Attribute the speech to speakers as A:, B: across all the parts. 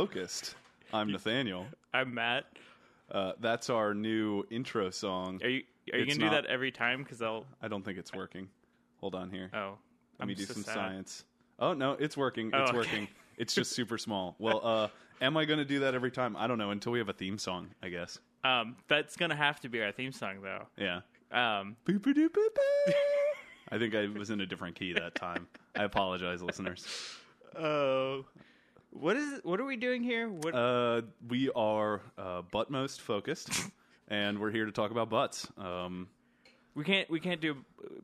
A: focused. I'm Nathaniel.
B: I'm Matt.
A: Uh, that's our new intro song.
B: Are you are you
A: It's
B: gonna
A: not-
B: do that every time? Because I'll
A: I don't think it's working. Hold on here.
B: oh.
A: Let me do
B: so
A: some
B: sad.
A: science. Oh no, it's working. It's
B: okay.
A: working. It's just super small. Well, uh, am I going to do that every time? I don't know until we have a theme song, I guess.
B: Um, that's gonna have to be our theme song though.
A: Yeah.
B: Um,
A: Boop, boop, boop, boop, boop. I think I was in a different key that time. I apologize, listeners.
B: oh, what is what are we doing here? What
A: Uh, we are uh, buttmost focused, and we're here to talk about butts. Um,
B: we can't we can't do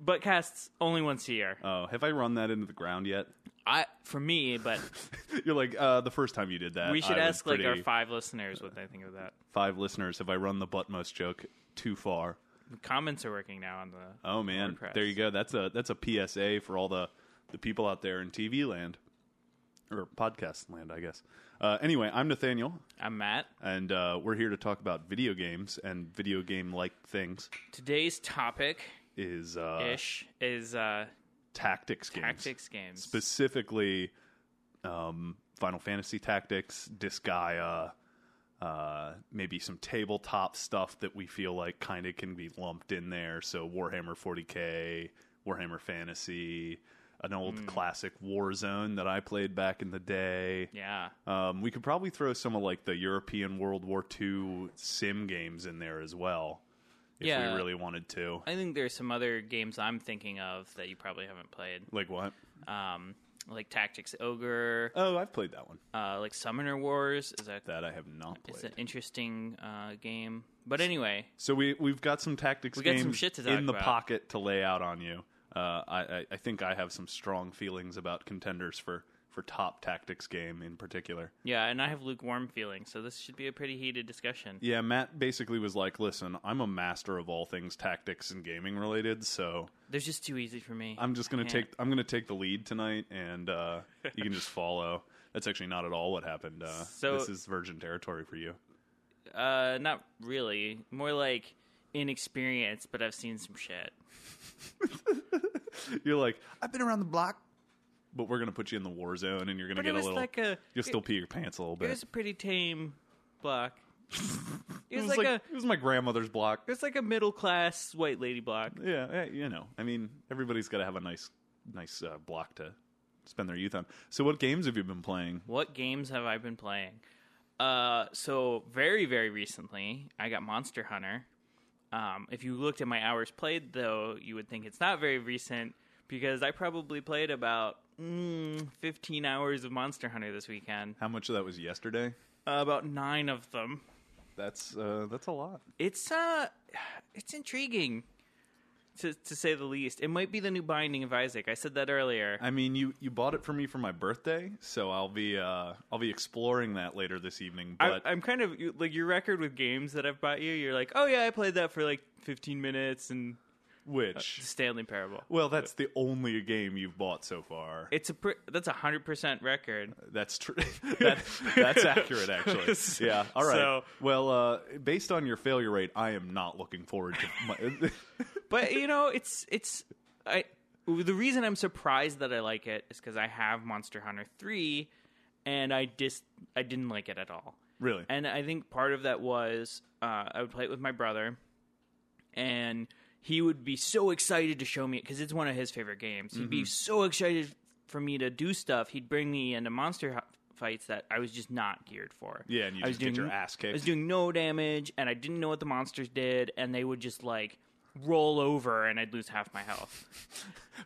B: butt casts only once a year.
A: oh, have I run that into the ground yet?
B: I for me, but
A: You're like uh, the first time you did that.
B: we should
A: I was
B: ask like our
A: pretty-
B: five listeners what they think of that.
A: five listeners. Have I run the buttmost joke too far?
B: The comments are working now on the.
A: Oh man,
B: WordPress.
A: there you go. That's a that's a PSA for all the the people out there in TV land or podcast land, I guess. Uh, anyway, I'm Nathaniel,
B: I'm Matt.
A: and uh, we're here to talk about video games and video game like things.
B: Today's topic
A: Is uh,
B: ish is uh,
A: tactics games
B: tactics games.
A: specifically um, Final Fantasy Tactics, Disgaea, uh, maybe some tabletop stuff that we feel like kind of can be lumped in there. So Warhammer 40k, Warhammer Fantasy, an old
B: Hmm.
A: classic Warzone that I played back in the day.
B: yeah.
A: Um, we could probably throw some of like the European World War II sim games in there as well, if
B: Yeah.
A: we really wanted to.
B: I think there's some other games I'm thinking of that you probably haven't played,
A: Like what?
B: um, like Tactics Ogre,
A: Oh, I've played that one.
B: uh, like Summoner Wars is a
A: That I have not played.
B: it's an interesting uh, game. But anyway,
A: So we we've got some tactics
B: got
A: games
B: some shit to talk
A: in the
B: about.
A: pocket to lay out on you. Uh, I, I I think I have some strong feelings about contenders for for top tactics game in particular.
B: yeah, and I have lukewarm feelings, so this should be a pretty heated discussion.
A: Yeah, Matt basically was like, "Listen, I'm a master of all things tactics and gaming related, so
B: There's just too easy for me.
A: I'm just gonna
B: Yeah.
A: take I'm gonna take the lead tonight, and uh, you can just follow." That's actually not at all what happened. Uh,
B: So-
A: this is virgin territory for you.
B: uh, not really, more like inexperienced, but I've seen some shit.
A: You're like, I've been around the block, but we're gonna put you in the war zone, and you're gonna
B: But
A: get
B: it was
A: a little.
B: like a
A: you'll still pee your pants a little
B: it,
A: bit.
B: it was a pretty tame block. It
A: It
B: was,
A: was,
B: like,
A: like,
B: a
A: it was my grandmother's block.
B: it was like a middle class white lady block.
A: Yeah, eh, you know, I mean, everybody's got to have a nice, nice uh, block to spend their youth on. So, what games have you been playing?
B: What games have I been playing? Uh, so very very recently, I got Monster Hunter. Um, if you looked at my hours played, though, you would think it's not very recent because I probably played about mm, 15 hours of Monster Hunter this weekend.
A: How much of that was yesterday?
B: Uh, about nine of them.
A: That's uh, that's a lot.
B: It's uh, it's intriguing. To, to say the least, it might be the new Binding of Isaac. I said that earlier.
A: I mean, you you bought it for me for my birthday, so I'll be uh, I'll be exploring that later this evening.
B: I,
A: But
B: I'm kind of you- like your record with games that I've bought you. You're like, oh yeah, I played that for like 15 minutes and
A: which?
B: Stanley Parable.
A: Well, that's the only game you've bought so far.
B: It's a pr- that's a hundred percent record.
A: That's true. that, that's accurate, actually. Yeah. All right.
B: So-
A: well, uh, based on your failure rate, I am not looking forward to. My,
B: But you know, it's it's I the reason I'm surprised that I like it is because I have Monster Hunter three, and I just I didn't like it at all.
A: really?
B: And I think part of that was uh, I would play it with my brother, and he would be so excited to show me because it's one of his favorite games. He'd
A: Mm-hmm.
B: be so excited for me to do stuff. He'd bring me into monster h- fights that I was just not geared for.
A: Yeah, and you
B: I
A: just get your ass kicked.
B: I was doing no damage, and I didn't know what the monsters did, and they would just like roll over, and I'd lose half my health.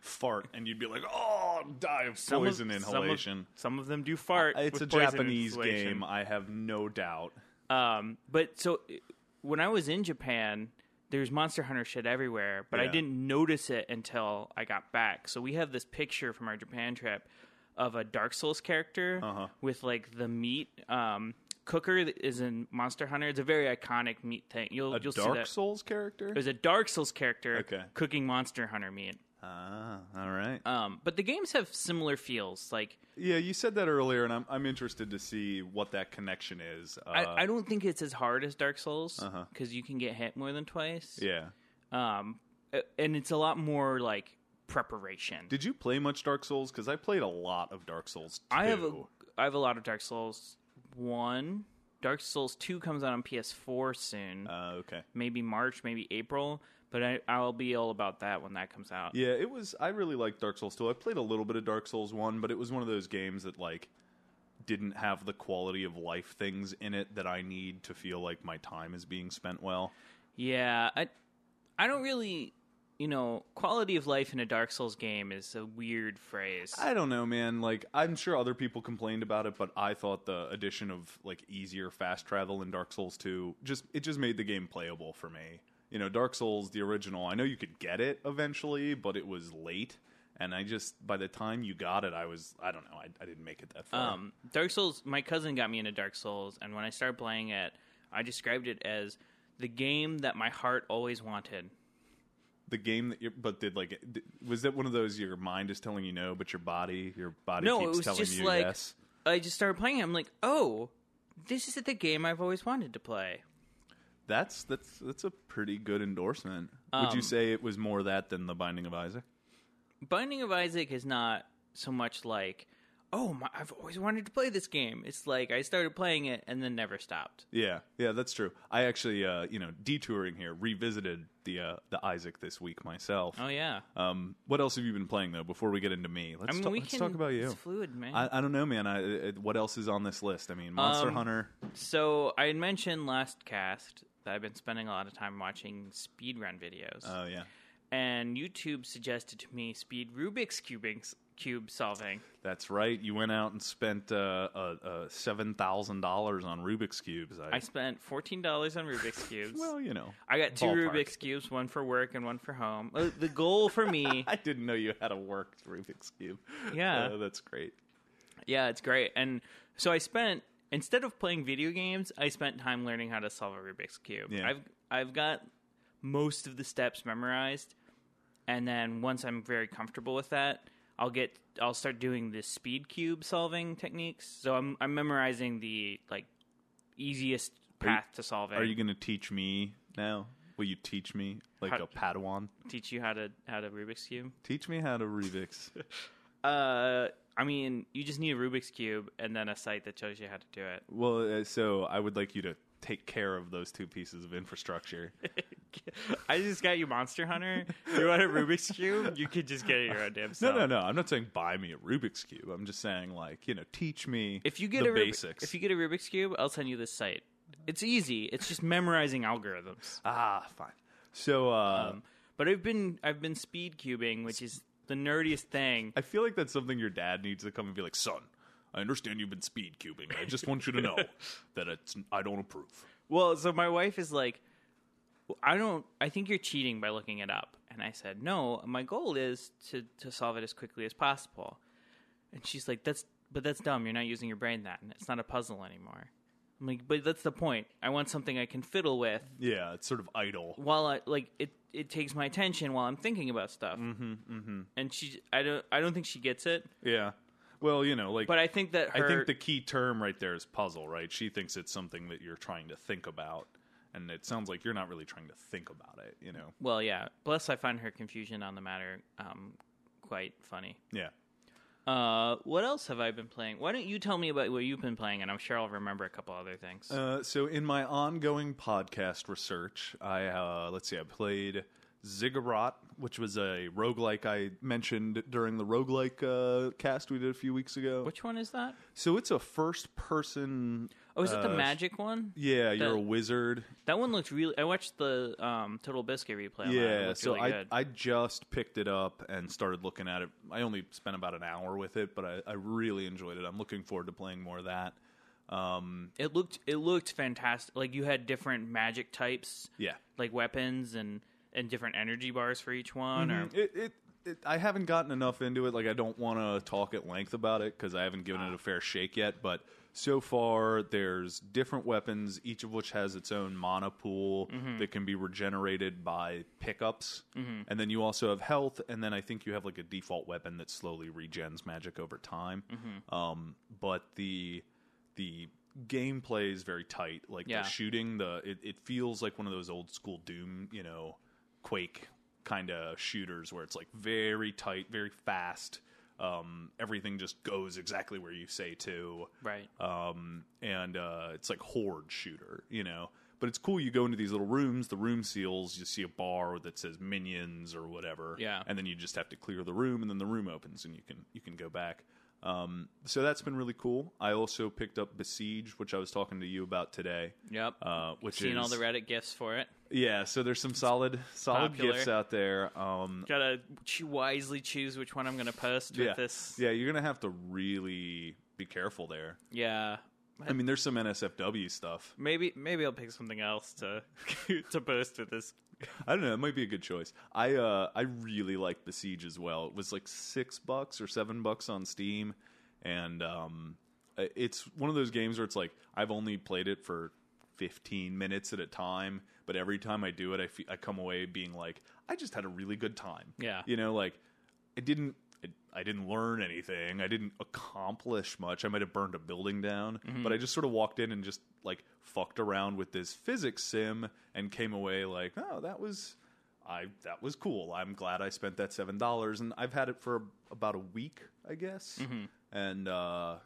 A: fart, and you'd be like, "Oh, die of
B: Some of-
A: poison
B: some of-
A: inhalation."
B: Some of, them do fart.
A: it's
B: with
A: a
B: poison
A: Japanese
B: inhalation.
A: game, I have no doubt.
B: Um, but so uh, when I was in Japan, there's Monster Hunter shit everywhere, but I
A: Yeah.
B: didn't notice it until I got back. So we have this picture from our Japan trip of a Dark Souls character
A: Uh-huh.
B: with like the meat um, cooker that is in Monster Hunter. It's a very iconic meat thing. You'll
A: A
B: you'll see
A: Dark
B: that.
A: Souls character?
B: There's a Dark Souls character
A: Okay.
B: cooking Monster Hunter meat.
A: ah, all right.
B: Um, but the games have similar feels. Like
A: yeah, you said that earlier, and I'm I'm interested to see what that connection is. Uh, Uh-huh.
B: I, I don't think it's as hard as Dark Souls because you can get hit more than twice.
A: yeah.
B: um, a- and it's a lot more like preparation.
A: Did you play much Dark Souls? Because I played a lot of Dark Souls.
B: I have a
A: too.
B: I have a lot of Dark Souls 1. Dark Souls 2 comes out on PS4 soon.
A: Uh, okay.
B: maybe March, maybe April, but I, I'll be all about that when that comes out.
A: Yeah, it was. I really liked Dark Souls 2. I played a little bit of Dark Souls 1, but it was one of those games that, like, didn't have the quality of life things in it that I need to feel like my time is being spent well.
B: Yeah, I I don't really, you know, quality of life in a Dark Souls game is a weird phrase.
A: I don't know, man. Like, I'm sure other people complained about it, but I thought the addition of, like, easier fast travel in Dark Souls 2 just, it just made the game playable for me. You know, Dark Souls, the original, I know you could get it eventually, but it was late. And I just, by the time you got it, I was, I don't know, I, I didn't make it that far.
B: um, Dark Souls. My cousin got me into Dark Souls, and when I started playing it, I described it as the game that my heart always wanted.
A: the game that you but did like d- was that one of those your mind is telling you no but your body your body
B: No, it
A: keeps
B: was
A: telling
B: just
A: you
B: like-
A: yes
B: I just started playing. it. I'm like, oh, this is the game I've always wanted to play.
A: that's that's that's a pretty good endorsement would you
B: Um,
A: say it was more that than the binding of isaac
B: Binding of Isaac is not so much like, oh, my, I've always wanted to play this game. It's like I started playing it and then never stopped.
A: yeah yeah that's true i actually uh you know detouring here revisited the uh the isaac this week myself
B: Oh yeah,
A: um what else have you been playing though before we get into me let's,
B: I mean
A: ta-
B: we
A: let's
B: can
A: talk about you
B: It's fluid, man.
A: I, I don't know man I, uh, what else is on this list i mean monster
B: Um,
A: hunter
B: so I had mentioned last cast that I've been spending a lot of time watching speedrun videos,
A: oh yeah
B: and YouTube suggested to me speed Rubik's cubing cube solving.
A: That's right. You went out and spent uh, uh, uh, seven thousand dollars on Rubik's cubes. I,
B: I spent fourteen dollars on Rubik's cubes.
A: well, you know,
B: I got two
A: ballpark.
B: Rubik's cubes, one for work and one for home. Uh, The goal for me
A: I didn't know you had a worked Rubik's cube.
B: Yeah.
A: Uh, that's great.
B: Yeah, it's great. And so I spent instead of playing video games, I spent time learning how to solve a Rubik's cube.
A: Yeah.
B: I've I've got most of the steps memorized, and then once I'm very comfortable with that, I'll get I'll start doing the speed cube solving techniques. So I'm I'm memorizing the like easiest
A: you-
B: path to solving.
A: Are you going to teach me now? Will you teach me like
B: How-
A: a Padawan?
B: teach you how to how to Rubik's cube?
A: Teach me how to Rubik's.
B: Uh, I mean, you just need a Rubik's cube and then a site that shows you how to do it.
A: well, uh, so I would like you to take care of those two pieces of infrastructure.
B: I just got you Monster Hunter. You want a Rubik's cube? You could just get it your own damn
A: No,
B: self.
A: no, no. I'm not saying buy me a Rubik's cube. I'm just saying like you know, teach me
B: If you get
A: the
B: a Rub-
A: basics.
B: if you get a Rubik's cube, I'll send you this site. It's easy. It's just memorizing algorithms.
A: ah, fine. So uh,
B: Um, but I've been I've been speed cubing, which is the nerdiest thing.
A: I feel like that's something your dad needs to come and be like, son. I understand you've been speed cubing. I just want you to know that it's I don't approve.
B: Well, so my wife is like, "Well, I don't. I think you're cheating by looking it up. And I said, no. My goal is to to solve it as quickly as possible. And she's like, that's but that's dumb. You're not using your brain then. It's not a puzzle anymore. I'm like, but that's the point. I want something I can fiddle with
A: Yeah, it's sort of idle.
B: while I like it. It takes my attention while I'm thinking about stuff. Mm-hmm, mm-hmm. And she, I don't, I don't think she gets it.
A: Yeah. Well, you know, like
B: But I think that
A: I
B: her,
A: think the key term right there is puzzle, right? She thinks it's something that you're trying to think about, and it sounds like you're not really trying to think about it. You know?
B: well, yeah. Plus, I find her confusion on the matter um, quite funny.
A: Yeah.
B: Uh, what else have I been playing? Why don't you tell me about what you've been playing, and I'm sure I'll remember a couple other things.
A: Uh, so in my ongoing podcast research, I uh, let's see, I played Ziggurat, which was a roguelike I mentioned during the roguelike uh, cast we did a few weeks ago.
B: Which one is that?
A: So it's a first person.
B: Oh, is it the
A: uh,
B: magic one?
A: Yeah, you're
B: the-
A: a wizard.
B: That one looked really. I watched the um, Total Biscuit replay. on that. It
A: Yeah,
B: looked
A: so
B: really
A: I
B: good.
A: I just picked it up and started looking at it. I only spent about an hour with it, but I, I really enjoyed it. I'm looking forward to playing more of that. Um,
B: it looked it looked fantastic. Like you had different magic types,
A: yeah,
B: like weapons and and different energy bars for each one. Or
A: Mm-hmm. it, it it I haven't gotten enough into it. Like I don't want to talk at length about it because I haven't given it a fair shake yet. But so far, there's different weapons, each of which has its own mana pool that can be regenerated by pickups, and then you also have health, and then I think you have like a default weapon that slowly regens magic over time. Um, but the the gameplay is very tight. Like
B: Yeah.
A: the shooting, the it, it feels like one of those old school Doom, you know, Quake kind of shooters where it's like very tight, very fast. Um, everything just goes exactly where you say to
B: Right.
A: um, and uh, it's like horde shooter, you know. But it's cool. You go into these little rooms. The room seals. You see a bar that says minions or whatever.
B: Yeah.
A: And then you just have to clear the room, and then the room opens, and you can you can go back. Um, so that's been really cool. I also picked up Besiege, which I was talking to you about today.
B: Yep.
A: Uh, which is
B: Seen all the Reddit gifts for it.
A: yeah. So there's some solid solid
B: Popular.
A: gifts out there. Um,
B: Gotta ch- wisely choose which one I'm gonna post with
A: yeah.
B: this.
A: Yeah. You're gonna have to really be careful there.
B: Yeah.
A: I mean, there's some NSFW stuff.
B: Maybe maybe I'll pick something else to to post with this.
A: I don't know. It might be a good choice. I uh, I really liked Besiege as well. It was like six bucks or seven bucks on Steam, and um, i- it's one of those games where it's like I've only played it for fifteen minutes at a time, but every time I do it, I fe- I come away being like I just had a really good time.
B: Yeah.
A: you know, like I didn't. I- I didn't learn anything. I didn't accomplish much. I might have burned a building down, but I just sort of walked in and just like fucked around with this physics sim and came away like, "Oh, that was I that was cool. I'm glad I spent that $7." And I've had it for about a week, I guess. And uh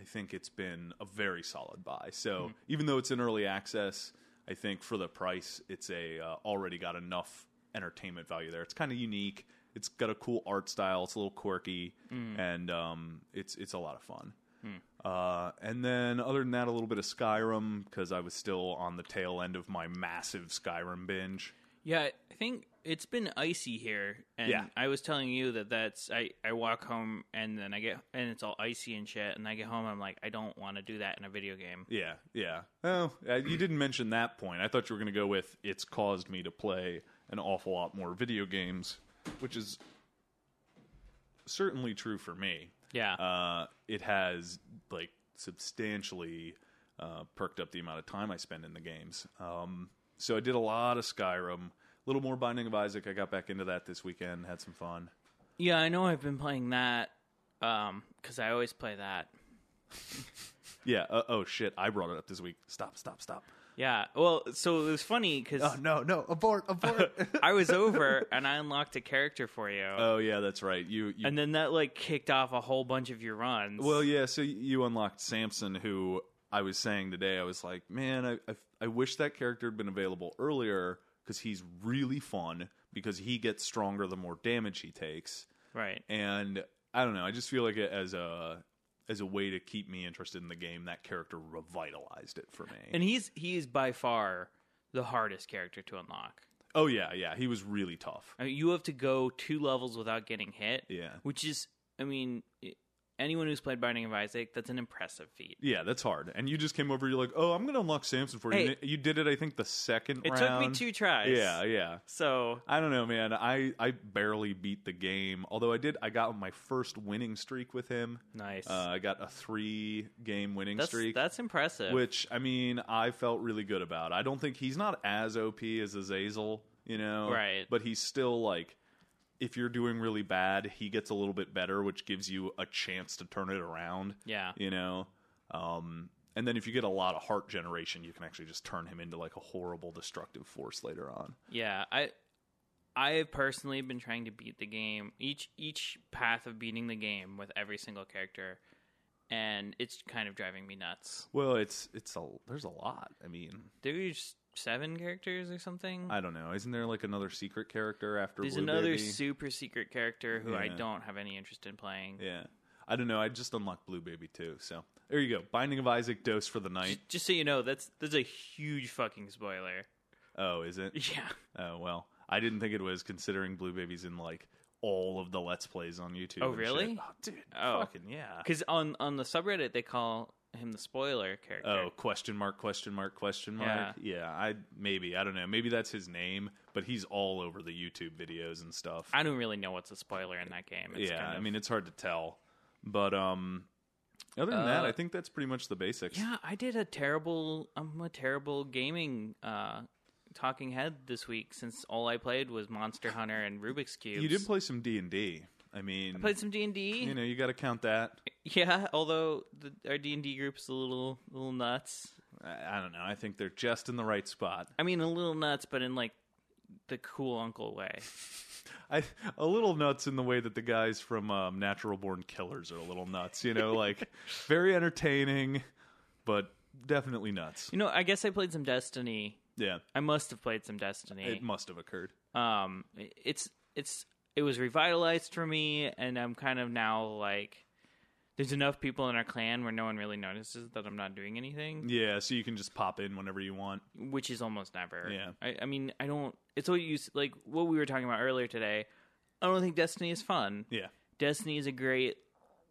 A: I think it's been a very solid buy. So, even though it's in early access, I think for the price, it's a uh, already got enough entertainment value there. It's kind of unique. It's got a cool art style. It's a little quirky, and um, it's it's a lot of fun. Uh, and then, other than that, a little bit of Skyrim because I was still on the tail end of my massive Skyrim binge.
B: Yeah, I think it's been icy here, and
A: Yeah.
B: I was telling you that that's I I walk home and then I get and it's all icy and shit, and I get home I'm like I don't want to do that in a video game.
A: Yeah, yeah. Oh, uh, you didn't mention that point. I thought you were going to go with it's caused me to play an awful lot more video games, which is certainly true for me.
B: Yeah,
A: Uh, it has like substantially uh, perked up the amount of time I spend in the games. Um, so I did a lot of Skyrim, a little more Binding of Isaac. I got back into that this weekend, had some fun.
B: yeah, I know I've been playing that, um, because I always play that.
A: Yeah. Uh, oh shit! I brought it up this week. Stop! Stop! Stop!
B: Yeah, well, so it was funny because
A: Oh no! No! Abort! Abort!
B: I was over and I unlocked a character for you,
A: oh yeah, that's right. You you
B: and then that like kicked off a whole bunch of your runs.
A: Well, yeah. So you unlocked Samson, who I was saying today. I was like, man, I I, I wish that character had been available earlier because he's really fun because he gets stronger the more damage he takes,
B: right.
A: and I don't know. I just feel like it, as a as a way to keep me interested in the game, that character revitalized it for me.
B: And he's he's by far the hardest character to unlock.
A: oh yeah, yeah. He was really tough.
B: I mean, you have to go two levels without getting hit,
A: Yeah.
B: which is, I mean, i- anyone who's played Binding of Isaac, that's an impressive feat.
A: Yeah, that's hard. And you just came over. You're like, "Oh, I'm gonna unlock Samson for you."
B: Hey.
A: And it- you did it, I think, the second
B: It took
A: round.
B: me two tries.
A: Yeah, yeah.
B: So
A: I don't know, man. I, I barely beat the game. Although I did, I got my first winning streak with him.
B: nice.
A: Uh, I got a three game winning
B: that's
A: streak,
B: that's impressive.
A: which I mean, I felt really good about. I don't think he's not as OP as Azazel, you know,
B: Right.
A: But he's still like, if you're doing really bad, he gets a little bit better, which gives you a chance to turn it around.
B: yeah.
A: You know, um, and then if you get a lot of heart generation, you can actually just turn him into like a horrible destructive force later on.
B: Yeah, I I have personally been trying to beat the game each each path of beating the game with every single character and it's kind of driving me nuts.
A: Well, it's it's a there's a lot. I mean,
B: There's seven characters or something.
A: I don't know. Isn't there like another secret character after?
B: There's
A: Blue
B: another
A: Baby?
B: super secret character who I
A: Yeah.
B: don't have any interest in playing.
A: yeah, I don't know. I just unlocked Blue Baby too. So there you go. Binding of Isaac dose for the night.
B: Just so you know, that's that's a huge fucking spoiler.
A: Oh, is it?
B: Yeah.
A: Oh well, I didn't think it was considering Blue Baby's in like all of the Let's Plays on YouTube.
B: Oh,
A: and shit.
B: really?
A: Oh, dude.
B: Oh.
A: Fucking yeah.
B: Cuz on on the subreddit they call him the spoiler character.
A: Oh, question mark, question mark, question mark. Yeah. I maybe I don't know. Maybe that's his name, but he's all over the YouTube videos and stuff.
B: I don't really know what's a spoiler in that game. It's
A: yeah,
B: kind
A: I
B: of-
A: mean it's hard to tell, but um, other than that,
B: Uh,
A: I think that's pretty much the basics.
B: Yeah, I did a terrible. I'm a terrible gaming uh, talking head this week since all I played was Monster Hunter and Rubik's Cube.
A: You did play some D and D. I mean,
B: played some D and D.
A: you know, you got to count that.
B: Yeah, although the, our D and D group's a little little nuts.
A: I, I don't know. I think they're just in the right spot.
B: I mean, a little nuts, but in like the cool uncle way.
A: I a little nuts in the way that the guys from um, Natural Born Killers are a little nuts. You know, like very entertaining, but definitely nuts.
B: You know, I guess I played some Destiny.
A: Yeah,
B: I must have played some Destiny.
A: it must have occurred.
B: um, it's it's it was revitalized for me, and I'm kind of now like, there's enough people in our clan where no one really notices that I'm not doing anything.
A: Yeah, so you can just pop in whenever you want.
B: which is almost never.
A: Yeah.
B: I, I mean, I don't. It's what you s- like. What we were talking about earlier today. I don't think Destiny is fun.
A: Yeah,
B: Destiny is a great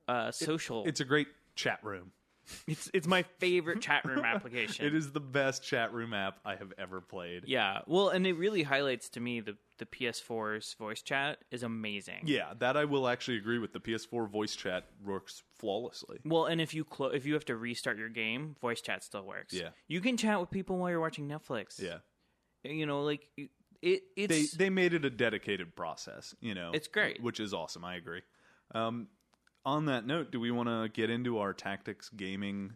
B: uh, social.
A: it's a great chat room.
B: it's it's my favorite chat room application.
A: It is the best chat room app I have ever played.
B: Yeah. Well, and it really highlights to me the the PS4's voice chat is amazing.
A: Yeah, that I will actually agree with. The PS4 voice chat works flawlessly.
B: Well, and if you clo- if you have to restart your game, voice chat still works.
A: Yeah.
B: You can chat with people while you're watching Netflix.
A: Yeah.
B: You know, like it. It's
A: they they made it a dedicated process. You know,
B: It's great.
A: which is awesome. I agree. Um, on that note, do we want to get into our tactics gaming?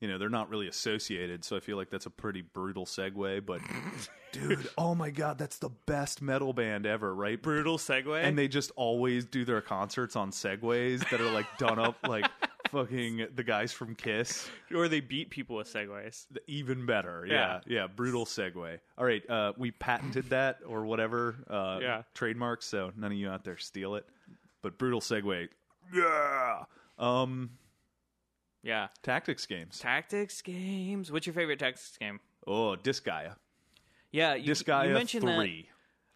A: You know, they're not really associated, so I feel like that's a pretty brutal segue. But dude, oh my god, that's the best metal band ever, right?
B: brutal segue.
A: And they just always do their concerts on segways that are like done up like fucking the guys from Kiss
B: or they beat people with segues.
A: even better. Yeah, yeah. Brutal segue. All right, uh, we patented that or whatever. Uh,
B: Yeah.
A: trademark. So none of you out there steal it. But brutal segue. Yeah. Um,
B: Yeah.
A: tactics games.
B: Tactics games. What's your favorite tactics game?
A: Oh, Disgaea.
B: Yeah, you,
A: Disgaea
B: you mentioned
A: three.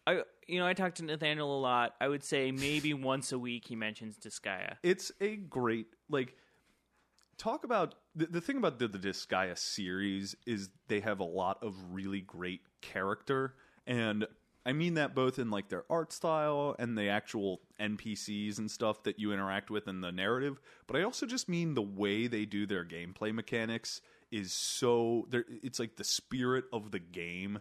B: that. I, you know, I talked to Nathaniel a lot. I would say maybe once a week he mentions Disgaea.
A: It's a great like. Talk about the, the thing about the, the Disgaea series is they have a lot of really great character, and I mean that both in like their art style and the actual NPCs and stuff that you interact with in the narrative, but I also just mean the way they do their gameplay mechanics is so there. It's like the spirit of the game.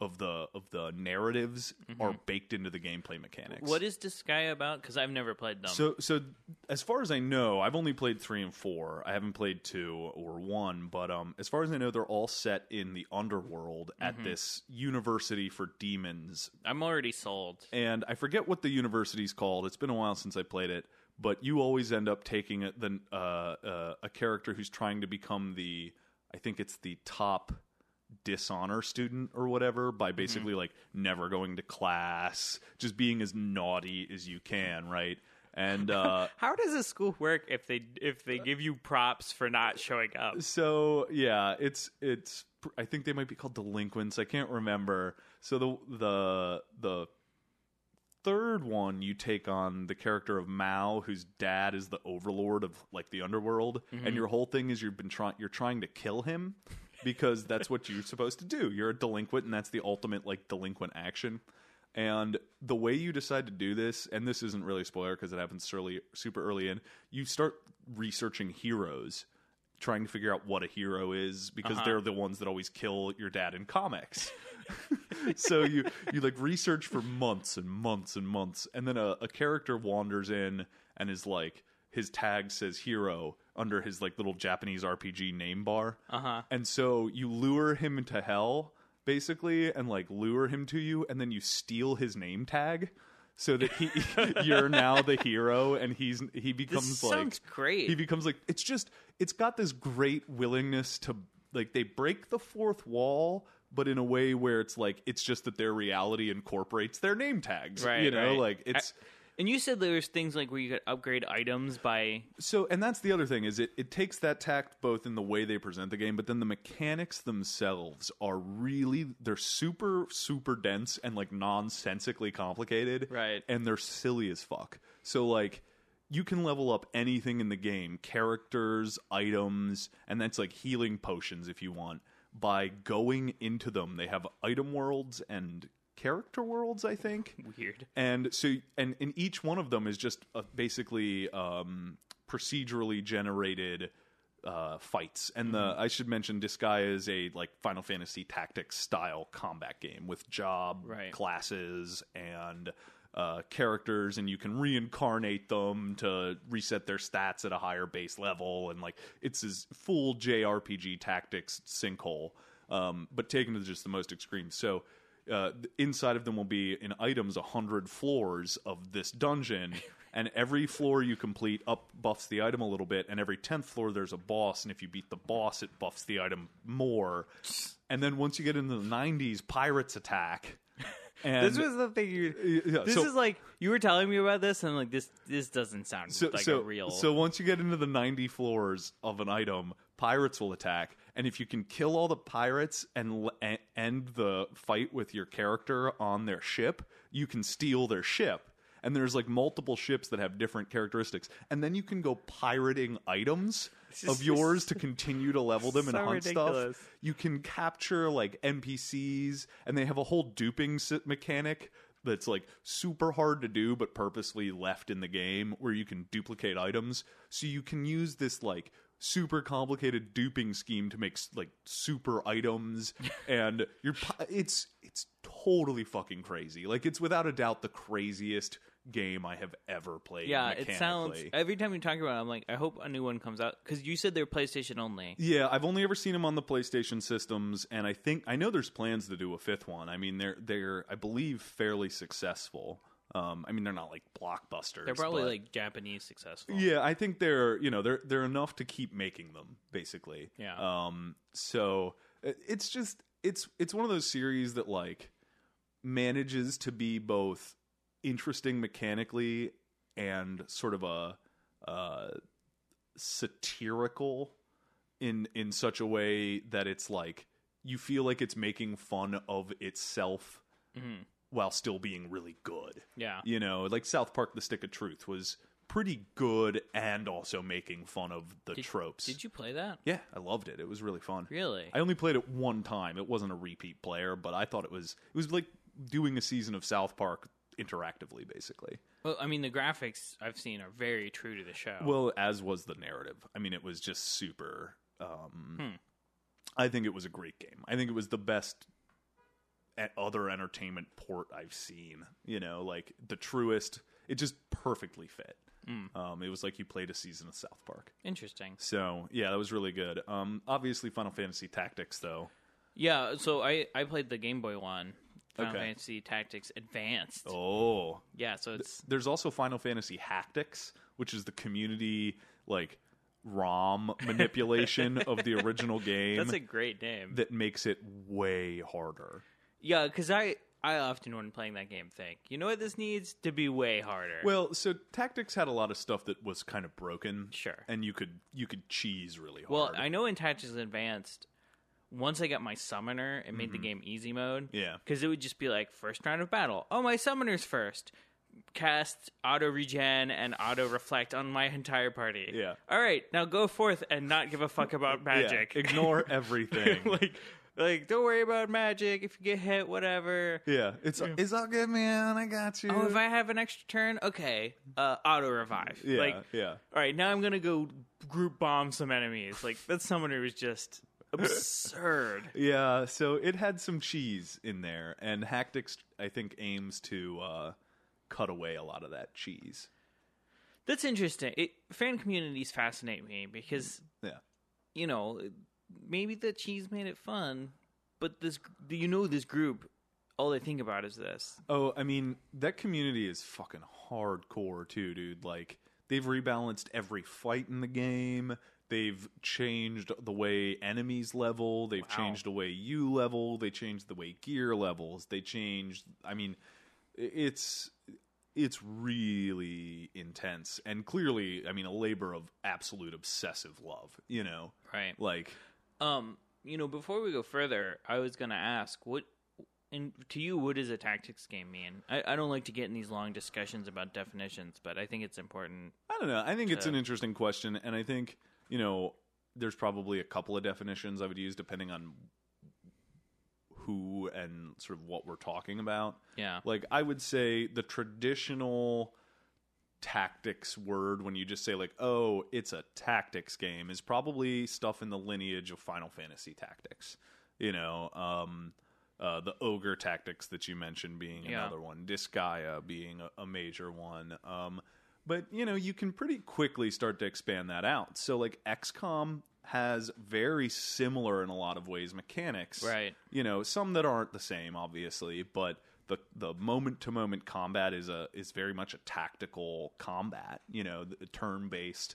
A: Of the of the narratives are baked into the gameplay mechanics.
B: What is Disgaea about? Because I've never played them.
A: So, so as far as I know, I've only played three and four. I haven't played two or one, but um, as far as I know, they're all set in the underworld at this university for demons,
B: I'm already sold.
A: and I forget what the university's called. It's been a while since I played it, but you always end up taking a, the uh, uh, a character who's trying to become the I think it's the top dishonor student or whatever by basically like never going to class, just being as naughty as you can, right? And uh,
B: How does a school work if they if they give you props for not showing up?
A: so yeah it's it's i think they might be called delinquents i can't remember so the the the third one you take on the character of mao whose dad is the overlord of like the underworld and your whole thing is you've been trying you're trying to kill him because that's what you're supposed to do you're a delinquent and that's the ultimate like delinquent action and the way you decide to do this and this isn't really a spoiler because it happens early, super early in you start researching heroes trying to figure out what a hero is because they're the ones that always kill your dad in comics. so you you like research for months and months and months, and then a, a character wanders in and is like his tag says hero under his like little Japanese RPG name bar. Uh-huh. And so you lure him into hell basically and like lure him to you and then you steal his name tag so that he you're now the hero and he's he becomes like
B: sounds great.
A: he becomes like it's just it's got this great willingness to like they break the fourth wall but in a way where it's like it's just that their reality incorporates their name tags
B: Right,
A: you know
B: right.
A: like it's
B: And you said there's things like where you could upgrade items by
A: so and that's the other thing is it, it takes that tact both in the way they present the game but then the mechanics themselves are really they're super super dense and like nonsensically complicated
B: Right.
A: and they're silly as fuck so like you can level up anything in the game characters items and that's like healing potions if you want by going into them they have item worlds and character worlds i think
B: weird.
A: and so and in each one of them is just uh basically um, procedurally generated uh, fights and the i should mention disgaea is a like final fantasy tactics style combat game with job
B: Right.
A: classes and uh, characters and you can reincarnate them to reset their stats at a higher base level and like it's this full jrpg tactics sinkhole um, but taken to just the most extreme so uh, th- inside of them will be in items a hundred floors of this dungeon, and every floor you complete up buffs the item a little bit, and every tenth floor there's a boss, and if you beat the boss, it buffs the item more. And then once you get into the nineties, pirates attack. And
B: This was the thing you.
A: yeah,
B: This
A: so-
B: is like you were telling me about this, and I'm like this. This doesn't sound
A: so,
B: like
A: so,
B: a real.
A: So once you get into the 90 floors of an item, pirates will attack, and if you can kill all the pirates and l- e- end the fight with your character on their ship, you can steal their ship. And there's like multiple ships that have different characteristics, and then you can go pirating items of yours to continue to level them and
B: So
A: hunt
B: ridiculous.
A: stuff. You can capture like NPCs, and they have a whole duping si- mechanic that's like super hard to do, but purposely left in the game where you can duplicate items. So you can use this like super complicated duping scheme to make s- like super items, and you're pi- it's it's totally fucking crazy. Like it's without a doubt the craziest game I have ever played.
B: yeah, it sounds.
A: mechanically.
B: Every time you talk about, it, I'm like, I hope a new one comes out because you said they're PlayStation only.
A: Yeah, I've only ever seen them on the PlayStation systems, and I think I know there's plans to do a fifth one. I mean, they're they're I believe fairly successful. Um, I mean, they're not like blockbusters.
B: They're probably
A: but-
B: like Japanese successful.
A: yeah, I think they're you know they're they're enough to keep making them basically.
B: Yeah.
A: Um. So uh, it's just it's it's one of those series that like manages to be both interesting mechanically and sort of a uh, satirical in in such a way that it's like you feel like it's making fun of itself
B: Mhm.
A: while still being really good.
B: yeah.
A: You know, like South Park The Stick of Truth was pretty good and also making fun of the tropes.
B: Did you play that?
A: yeah, I loved it. It was really fun.
B: Really?
A: I only played it one time. It wasn't a repeat player, but I thought it was it was like doing a season of South Park interactively basically.
B: well, I mean, the graphics I've seen are very true to the show.
A: Well, as was the narrative. I mean, it was just super um I think it was a great game. I think it was the best at other entertainment port I've seen. You know, like the truest. It just perfectly fit. Um, it was like you played a season of South Park.
B: Interesting.
A: So yeah, that was really good. Um, obviously, Final Fantasy Tactics though.
B: Yeah. So I I played the Game Boy one, Final
A: Okay.
B: Fantasy Tactics Advanced.
A: Oh,
B: Yeah. So it's
A: there's also Final Fantasy Hactics, which is the community like ROM manipulation of the original game
B: that's a great name.
A: that makes it way harder.
B: Yeah, because I I often when playing that game think, you know what this needs to be way harder.
A: Well, so tactics had a lot of stuff that was kind of broken.
B: Sure.
A: And you could you could cheese really hard.
B: well, I know in Tactics Advanced, once I got my summoner, it made the game easy mode.
A: Mm-hmm. Yeah.
B: because it would just be like first round of battle. Oh, my summoner's first. Cast auto regen and auto reflect on my entire party.
A: Yeah.
B: All right, now go forth and not give a fuck about
A: Yeah,
B: magic.
A: ignore everything.
B: like, like don't worry about magic. If you get hit, whatever.
A: yeah. It's it's all good, man. I got you.
B: Oh, if I have an extra turn, okay. Uh, auto revive.
A: yeah,
B: Like,
A: yeah.
B: all right, now I'm gonna go group bomb some enemies. Like that summoner was just absurd.
A: Yeah, so it had some cheese in there, and Hactics I think aims to uh, cut away a lot of that cheese.
B: That's interesting. It, fan communities fascinate me because
A: Yeah.
B: you know maybe the cheese made it fun, but this you know this group, all they think about is this.
A: Oh, I mean, that community is fucking hardcore too, dude. Like they've rebalanced every fight in the game. They've changed the way enemies level. They've changed the way you level. They changed the way gear levels. They changed. I mean, i- it's it's really intense and clearly, I mean, a labor of absolute obsessive love. You know,
B: Right.
A: like
B: Um. You know, before we go further, I was gonna ask what. And to you, what does a tactics game mean? I, I don't like to get in these long discussions about definitions, but I think it's important.
A: I don't know. I think it's
B: to-
A: an interesting question, and I think you know there's probably a couple of definitions I would use depending on who and sort of what we're talking about.
B: Yeah.
A: Like I would say the traditional tactics word when you just say like oh it's a tactics game is probably stuff in the lineage of Final Fantasy Tactics. You know, um uh, the ogre tactics that you mentioned being
B: Yeah.
A: another one, Disgaea being a, a major one. Um, But you know, you can pretty quickly start to expand that out. So like XCOM has very similar in a lot of ways mechanics.
B: Right.
A: You know, some that aren't the same obviously, but the the moment to moment combat is a is very much a tactical combat, you know, the turn based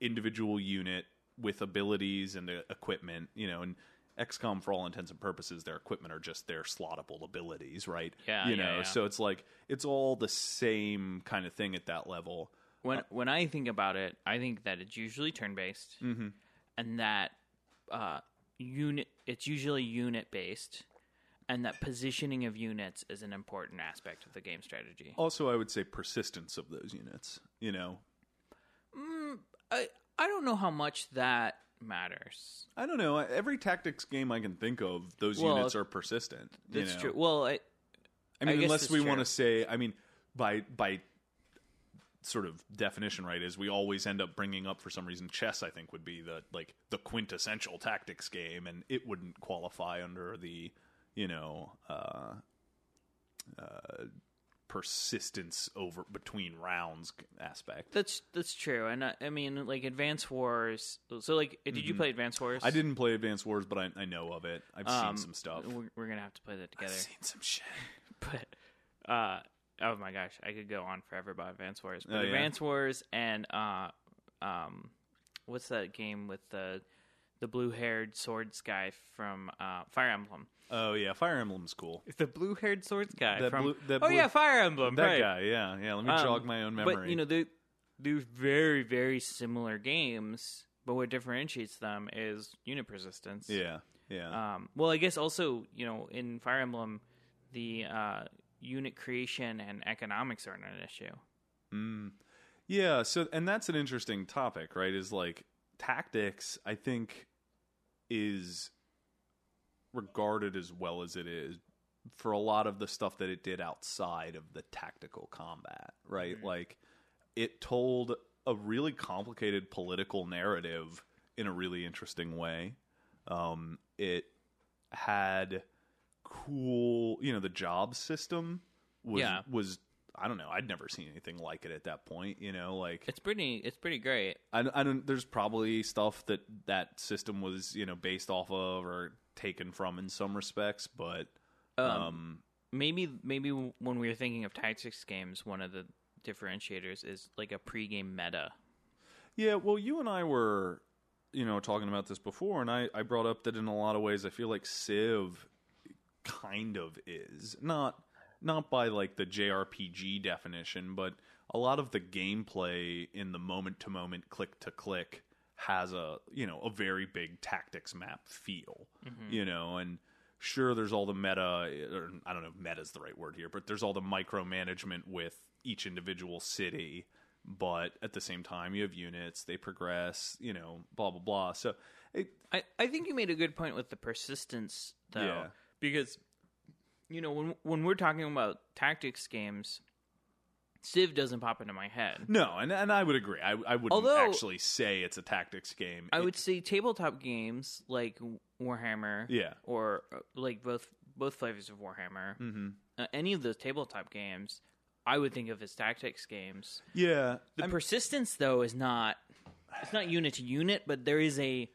A: individual unit with abilities and uh, equipment, you know, and XCOM for all intents and purposes their equipment are just their slottable abilities, right?
B: Yeah,
A: You
B: yeah,
A: know,
B: yeah.
A: so so it's like it's all the same kind of thing at that level.
B: When when I think about it, I think that it's usually turn based,
A: Mm-hmm.
B: and that uh, unit it's usually unit based, and that positioning of units is an important aspect of the game strategy.
A: Also, I would say persistence of those units. You know,
B: I I don't know how much that matters.
A: I don't know. Every tactics game I can think of, those
B: Well,
A: units are persistent. you
B: That's
A: know?
B: true. Well, I,
A: I mean,
B: guess
A: unless
B: that's
A: we
B: true.
A: want to say, I mean, by by sort of definition, right? Is we always end up bringing up for some reason chess. I think would be the like the quintessential tactics game, and it wouldn't qualify under the you know uh, uh, persistence over between rounds aspect.
B: that's that's true. And I, I mean, like Advance Wars. So, like, did you play Advance Wars?
A: I didn't play Advanced Wars, but I, I know of it. I've
B: Um,
A: seen some stuff.
B: We're, we're gonna have to play that together.
A: some shit.
B: but uh oh my gosh, I could go on forever about Advance Wars. But
A: Oh, yeah.
B: Advance Wars and uh um what's that game with the the blue haired swords guy from uh Fire Emblem.
A: Oh yeah, Fire Emblem's cool.
B: It's the blue haired swords guy
A: That
B: from
A: blue- that
B: Oh
A: blue-
B: yeah, Fire Emblem,
A: That
B: right.
A: guy, yeah, yeah. Let me
B: Um,
A: jog my own memory.
B: But you know, they they're very, very similar games, but what differentiates them is unit persistence.
A: yeah, yeah,
B: Um, well, I guess also, you know, in Fire Emblem, the uh, unit creation and economics aren't an issue.
A: Mm. yeah. So, and that's an interesting topic, right? Is like tactics. I think is regarded as well as it is for a lot of the stuff that it did outside of the tactical combat, right? Like it told a really complicated political narrative in a really interesting way. Um, it had cool, you know, the job system was
B: Yeah.
A: was I don't know, I'd never seen anything like it at that point, you know, like
B: It's pretty. It's pretty great.
A: I, don't- I don't. There's probably stuff that that system was you know based off of or taken from in some respects, but
B: Um,
A: um,
B: maybe maybe when we were thinking of tactics games, one of the differentiators is like a pre-game meta.
A: yeah. Well, you and I were you know talking about this before, and I I brought up that in a lot of ways I feel like Civ kind of is not not by like the JRPG definition, but a lot of the gameplay in the moment to moment, click to click has a you know a very big tactics map feel,
B: Mm-hmm.
A: you know, and sure there's all the meta, or I don't know if meta's the right word here, but there's all the micromanagement with each individual city, but at the same time you have units, they progress, you know, blah blah blah. So it,
B: I I think you made a good point with the persistence though,
A: Yeah.
B: because you know when when we're talking about tactics games, Civ doesn't pop into my head.
A: No, and and I would agree. I I wouldn't
B: Although-
A: actually say it's a tactics game.
B: I
A: It-
B: would say tabletop games like Warhammer,
A: Yeah.
B: or uh, like both both flavors of Warhammer. Mm-hmm. Uh, any of those tabletop games, I would think of as tactics games.
A: yeah.
B: The persistence, though, is not it's not unit to unit, but there is a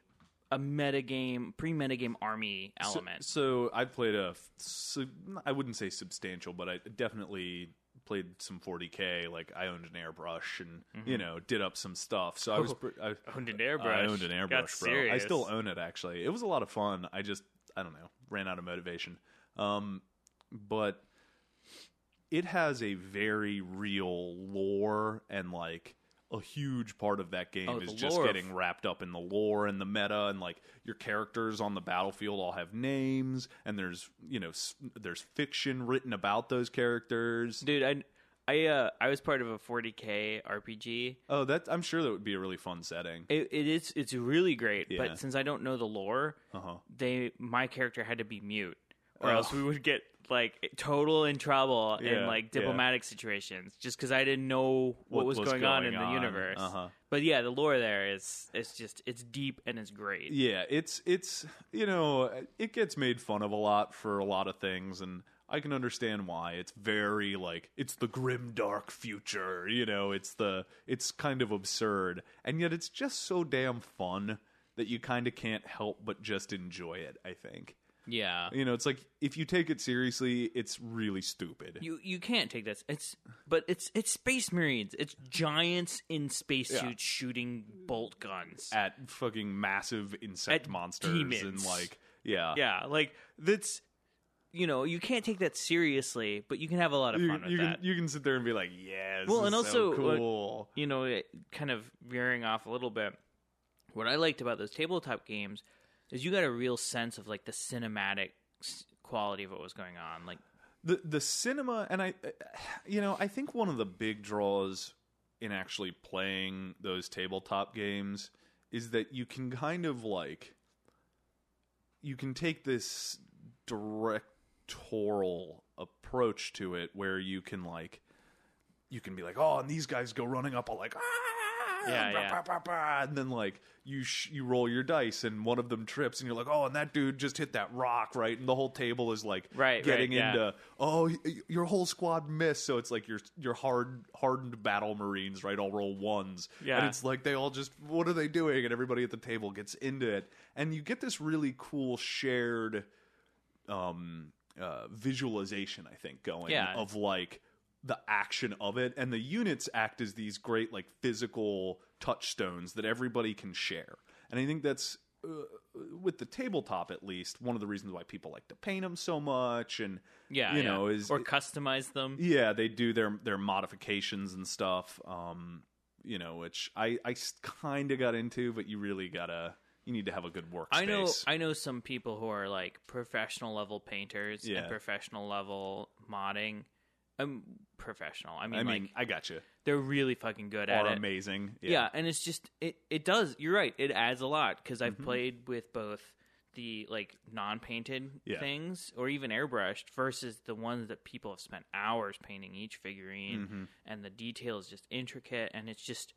B: a metagame, pre metagame army element.
A: So I've played a, f- sub- I wouldn't say substantial, but I definitely played some 40k. Like I owned an airbrush and you know did up some stuff. So I was pr- I,
B: owned an
A: I owned an airbrush, bro. I still own it actually. It was a lot of fun. I just I don't know, ran out of motivation. Um but it has a very real lore and like a huge part of that game
B: Oh,
A: is
B: the
A: just
B: lore.
A: getting wrapped up in the lore and the meta and like your characters on the battlefield all have names and there's you know s- there's fiction written about those characters
B: dude. I I uh, I was part of a 40k RPG.
A: oh that i'm sure that would be a really fun setting
B: It, it is it's really great,
A: Yeah.
B: but since I don't know the lore,
A: uh-huh
B: they my character had to be mute or
A: Oh.
B: else we would get like total in trouble in
A: Yeah,
B: like
A: yeah.
B: diplomatic situations just because i didn't know what, was, going, on in the
A: going on,
B: universe
A: uh-huh.
B: but yeah the lore there is it's just it's deep and it's great
A: yeah it's it's you know it gets made fun of a lot for a lot of things and I can understand why. It's very like it's the grim dark future, you know, it's the it's kind of absurd and yet it's just so damn fun that you kind of can't help but just enjoy it, I think.
B: Yeah.
A: You know, it's like if you take it seriously, it's really stupid.
B: You you can't take this. It's but it's it's space marines. It's giants in spacesuits
A: Yeah.
B: shooting bolt guns.
A: at fucking massive insect
B: At
A: monsters and
B: demons.
A: like yeah.
B: yeah, like that's you know you can't take that seriously, but you can have a lot of
A: You,
B: fun with
A: you
B: that.
A: can you can sit there and be like, yeah, this
B: Well,
A: is
B: and
A: so
B: also, uh,
A: cool.
B: you know, it, kind of veering off a little bit. What I liked about those tabletop games is you got a real sense of like the cinematic s- quality of what was going on. Like,
A: the the cinema and I, you know, I think one of the big draws in actually playing those tabletop games is that you can kind of like you can take this directorial approach to it where you can like you can be like oh and these guys go running up all like ah
B: Yeah,
A: bah,
B: yeah.
A: bah, bah, bah," and then like you sh- you roll your dice and one of them trips and you're like oh and that dude just hit that rock right and the whole table is like
B: Right,
A: getting
B: right, yeah.
A: into oh y- y- your whole squad missed so it's like your your hard hardened battle marines right all roll ones and
B: Yeah.
A: it's like they all just what are they doing and everybody at the table gets into it and you get this really cool shared um uh visualization i think going
B: Yeah.
A: of like the action of it and the units act as these great like physical touchstones that everybody can share and i think that's uh, with the tabletop at least one of the reasons why people like to paint them so much and
B: yeah,
A: You
B: yeah.
A: know, is-
B: or customize them.
A: yeah, they do their their modifications and stuff. Um, you know, which I I kind of got into, but you really gotta you need to have a good workspace.
B: I know I know some people who are like professional level painters
A: Yeah.
B: and professional level modding. I'm professional. I mean,
A: I mean,
B: like
A: I got you.
B: they're really fucking good
A: Are
B: at it.
A: amazing.
B: Yeah. and it's just it it does. You're right. It adds a lot because I've
A: Mm-hmm.
B: played with both the like non-painted
A: Yeah.
B: things or even airbrushed versus the ones that people have spent hours painting each figurine
A: Mm-hmm.
B: and the detail is just intricate and it's just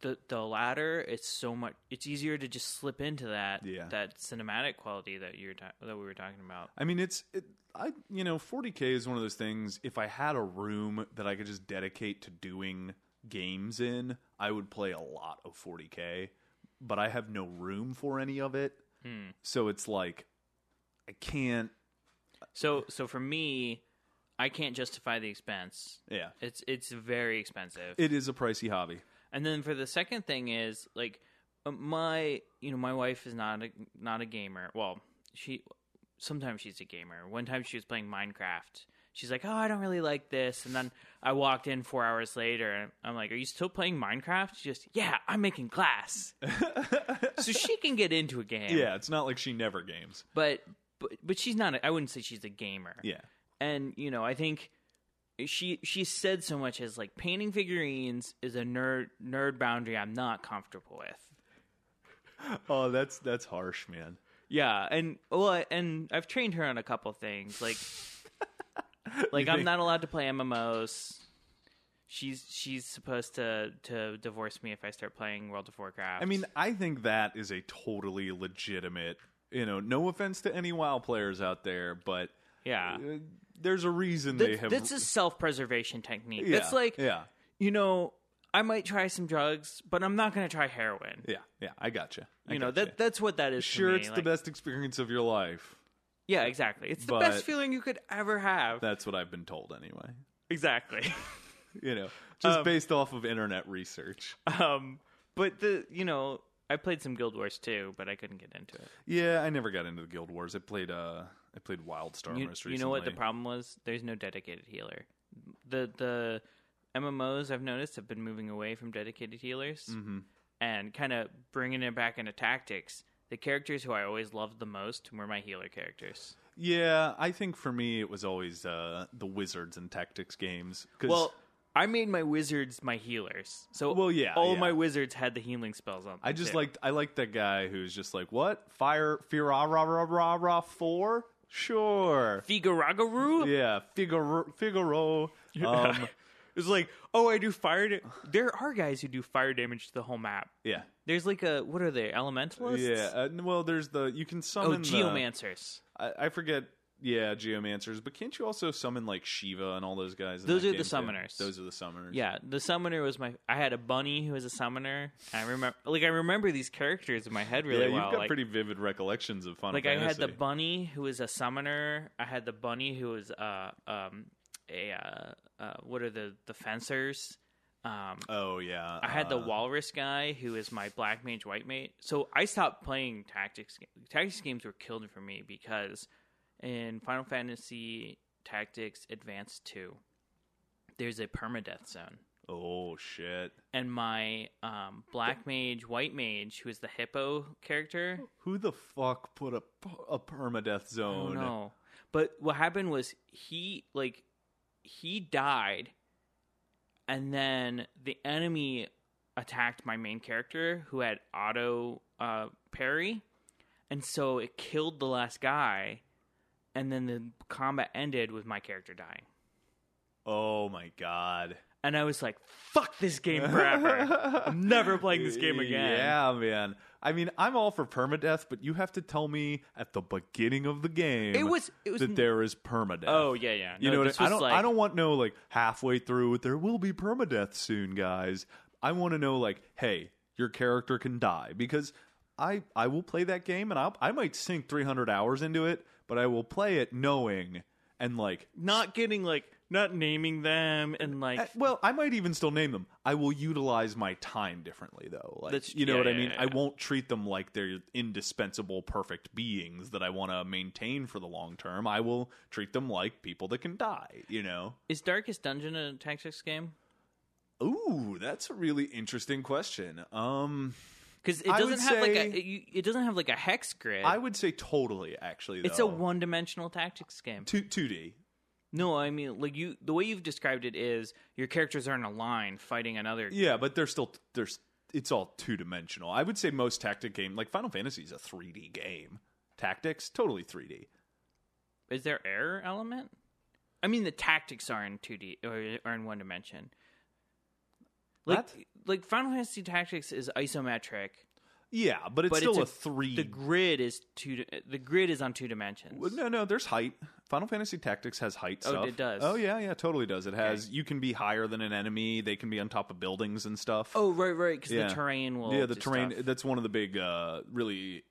B: the the latter it's so much it's easier to just slip into that
A: Yeah.
B: that cinematic quality that you're ta- that we were talking about.
A: I mean, it's it, I you know, 40k is one of those things. If I had a room that I could just dedicate to doing games in, I would play a lot of 40k. But I have no room for any of it,
B: Hmm.
A: so it's like I can't. Uh,
B: So so for me, I can't justify the expense.
A: Yeah,
B: It's it's very expensive.
A: it is a pricey hobby.
B: And then for the second thing is like uh, my you know my wife is not a not a gamer. Well, she sometimes she's a gamer. One time she was playing Minecraft. She's like, "Oh, I don't really like this." And then I walked in 4 hours later and I'm like, "Are you still playing Minecraft?" She just, "Yeah, I'm making glass." so she can get into a game.
A: Yeah, it's not like she never games.
B: But but, but she's not a, I wouldn't say she's a gamer
A: Yeah.
B: and you know i think she she said so much as like painting figurines is a nerd nerd boundary i'm not comfortable with
A: Oh, that's that's harsh, man.
B: yeah and well I- and i've trained her on a couple things like like
A: You
B: i'm
A: think-
B: not allowed to play mmos she's she's supposed to to divorce me if i start playing world of warcraft
A: I mean, I think that is a totally legitimate. You know, no offense to any WoW players out there, but
B: yeah
A: uh, there's a reason they
B: that's,
A: have.
B: that's a self-preservation technique
A: yeah,
B: it's like
A: yeah,
B: you know i might try some drugs but i'm not gonna try heroin
A: yeah, yeah. I gotcha. I
B: you know
A: gotcha.
B: that that's what that is to
A: Sure,
B: me,
A: it's the
B: like-
A: best experience of your life.
B: Yeah, exactly. It's the
A: But-
B: best feeling you could ever have.
A: That's what I've been told, anyway.
B: exactly.
A: You know, just
B: Um,
A: based off of internet research.
B: um, but the you know, I played some Guild Wars too, but I couldn't get into it.
A: Yeah, I never got into the Guild Wars. I played uh, I played Wildstorm
B: You,
A: most recently.
B: you know what the problem was? There's no dedicated healer. The the MMOs I've noticed have been moving away from dedicated healers
A: Mm-hmm.
B: and kind of bringing it back into tactics. The characters who I always loved the most were my healer characters.
A: Yeah, I think for me it was always uh, the Wizards and Tactics games. 'cause-
B: Well, I made my wizards my healers. So
A: Well, yeah,
B: all
A: yeah.
B: my wizards had the healing spells on them.
A: I just
B: too.
A: liked I liked that guy who's just like, what fire fear rah rah rah rah rah four? Sure,
B: Figuragaru?
A: yeah, Figaro Figaro. Um,
B: It's like, oh, I do fire. Da- there are guys who do fire damage to the whole map.
A: yeah,
B: There's like a what are they elementalists?
A: yeah. Uh, well, there's the you can
B: Oh,
A: summon the-
B: geomancers.
A: I, I forget yeah, geomancers, but can't you also summon like Shiva and all those guys? in
B: Those
A: that
B: are the
A: game, too?
B: summoners.
A: Those are the summoners.
B: Yeah, the summoner was my. I had a bunny who was a summoner. I remember, like, I remember these characters in my head really
A: yeah,
B: well.
A: you've got
B: like,
A: pretty vivid recollections of Final
B: like I had
A: Fantasy.
B: the bunny who was a summoner. I had the bunny who was uh um a uh, uh what are the the fencers. Um,
A: oh yeah,
B: I had the
A: uh,
B: walrus guy who is my black mage, white mage. So I stopped playing tactics. ga- Tactics games were killed for me because in Final Fantasy Tactics Advanced Two, there's a permadeath zone
A: Oh shit!
B: and my um, black mage, white mage, who is the hippo character.
A: Who the fuck put a a permadeath
B: Oh
A: zone?
B: no! But what happened was he like he died, and then the enemy attacked my main character who had auto uh, parry, and so it killed the last guy, and then the combat ended with my character dying.
A: Oh my god!
B: And I was like, "Fuck this game forever! I'm never playing this game again."
A: Yeah, man. I mean, I'm all for permadeath, but you have to tell me at the beginning of the game.
B: It was- it was-
A: that there is permadeath.
B: Oh yeah, yeah.
A: you
B: No,
A: know
B: this
A: what I, I
B: was
A: don't.
B: like-
A: I don't want no like halfway through. There will be permadeath soon, guys. I want to know like, hey, your character can die because I I will play that game and I I might sink 300 hours into it, but I will play it knowing and like
B: not getting like not naming them and like
A: Uh, well, I might even still name them. I will utilize my time differently, though. Like,
B: That's-
A: you know
B: yeah,
A: what I
B: yeah,
A: mean.
B: yeah,
A: I
B: yeah.
A: won't treat them like they're indispensable, perfect beings that I want to maintain for the long term. I will treat them like people that can die. You know.
B: is darkest dungeon a tactics game
A: Ooh, that's a really interesting question. Um,
B: because it
A: I
B: doesn't
A: would
B: have like
A: say-
B: a you, it doesn't have like a hex grid
A: I would say totally. Actually,
B: it's a
A: though.
B: one-dimensional tactics game
A: two two D.
B: no i mean like you the way you've described it is your characters are in a line fighting another
A: Yeah, but they're still there's. It's all two dimensional. I would say most tactic game like Final Fantasy is a three D game. Tactics totally three D.
B: is there error element i mean the tactics are in 2d or are in one dimension like
A: What?
B: like final fantasy tactics is isometric
A: Yeah, but it's
B: But
A: still
B: it's
A: a,
B: a-
A: three.
B: the grid is two di- the grid is on two dimensions
A: Well, no, no, there's height. Final Fantasy Tactics has height
B: Oh,
A: stuff.
B: it does.
A: Oh yeah, yeah, totally does. It has you can be higher than an enemy, they can be on top of buildings and stuff.
B: oh right right because
A: Yeah.
B: the terrain will
A: yeah, the
B: do
A: terrain
B: stuff.
A: that's one of the big uh really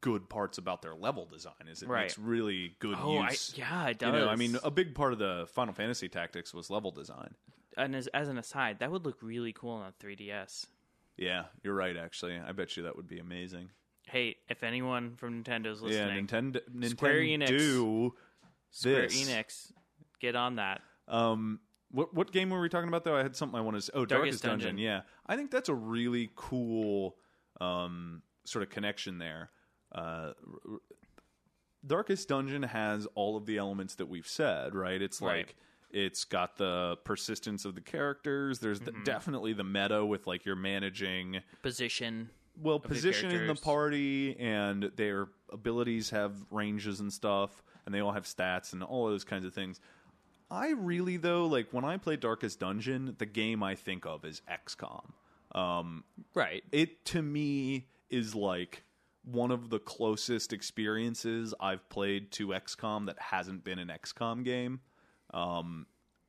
A: good parts about their level design is it
B: Right.
A: makes really good
B: Oh, I,
A: use.
B: yeah, it
A: You
B: does.
A: know, I mean, a big part of the Final Fantasy Tactics was level design.
B: and as, as an aside, that would look really cool on a 3DS.
A: Yeah, you're right actually. I bet you that would be amazing.
B: Hey, if anyone from Nintendo's listening,
A: Yeah, Nintendo Nintendo
B: Square Enix.
A: do
B: Square
A: this.
B: Enix, get on that.
A: Um, what what game were we talking about though? I had something I wanted. To, oh, Darkest,
B: Darkest
A: Dungeon.
B: Dungeon.
A: Yeah, I think that's a really cool um, sort of connection there. Uh, r- r- Darkest Dungeon has all of the elements that we've said, right? It's like
B: Right.
A: it's got the persistence of the characters. There's the, definitely the meta with like you're managing
B: Position.
A: well
B: the
A: position in the
B: characters.
A: party and their abilities have ranges and stuff and they all have stats and all those kinds of things i really though like when i play darkest dungeon the game i think of is xcom um,
B: Right.
A: it to me is like one of the closest experiences I've played to XCOM that hasn't been an XCOM game. Um,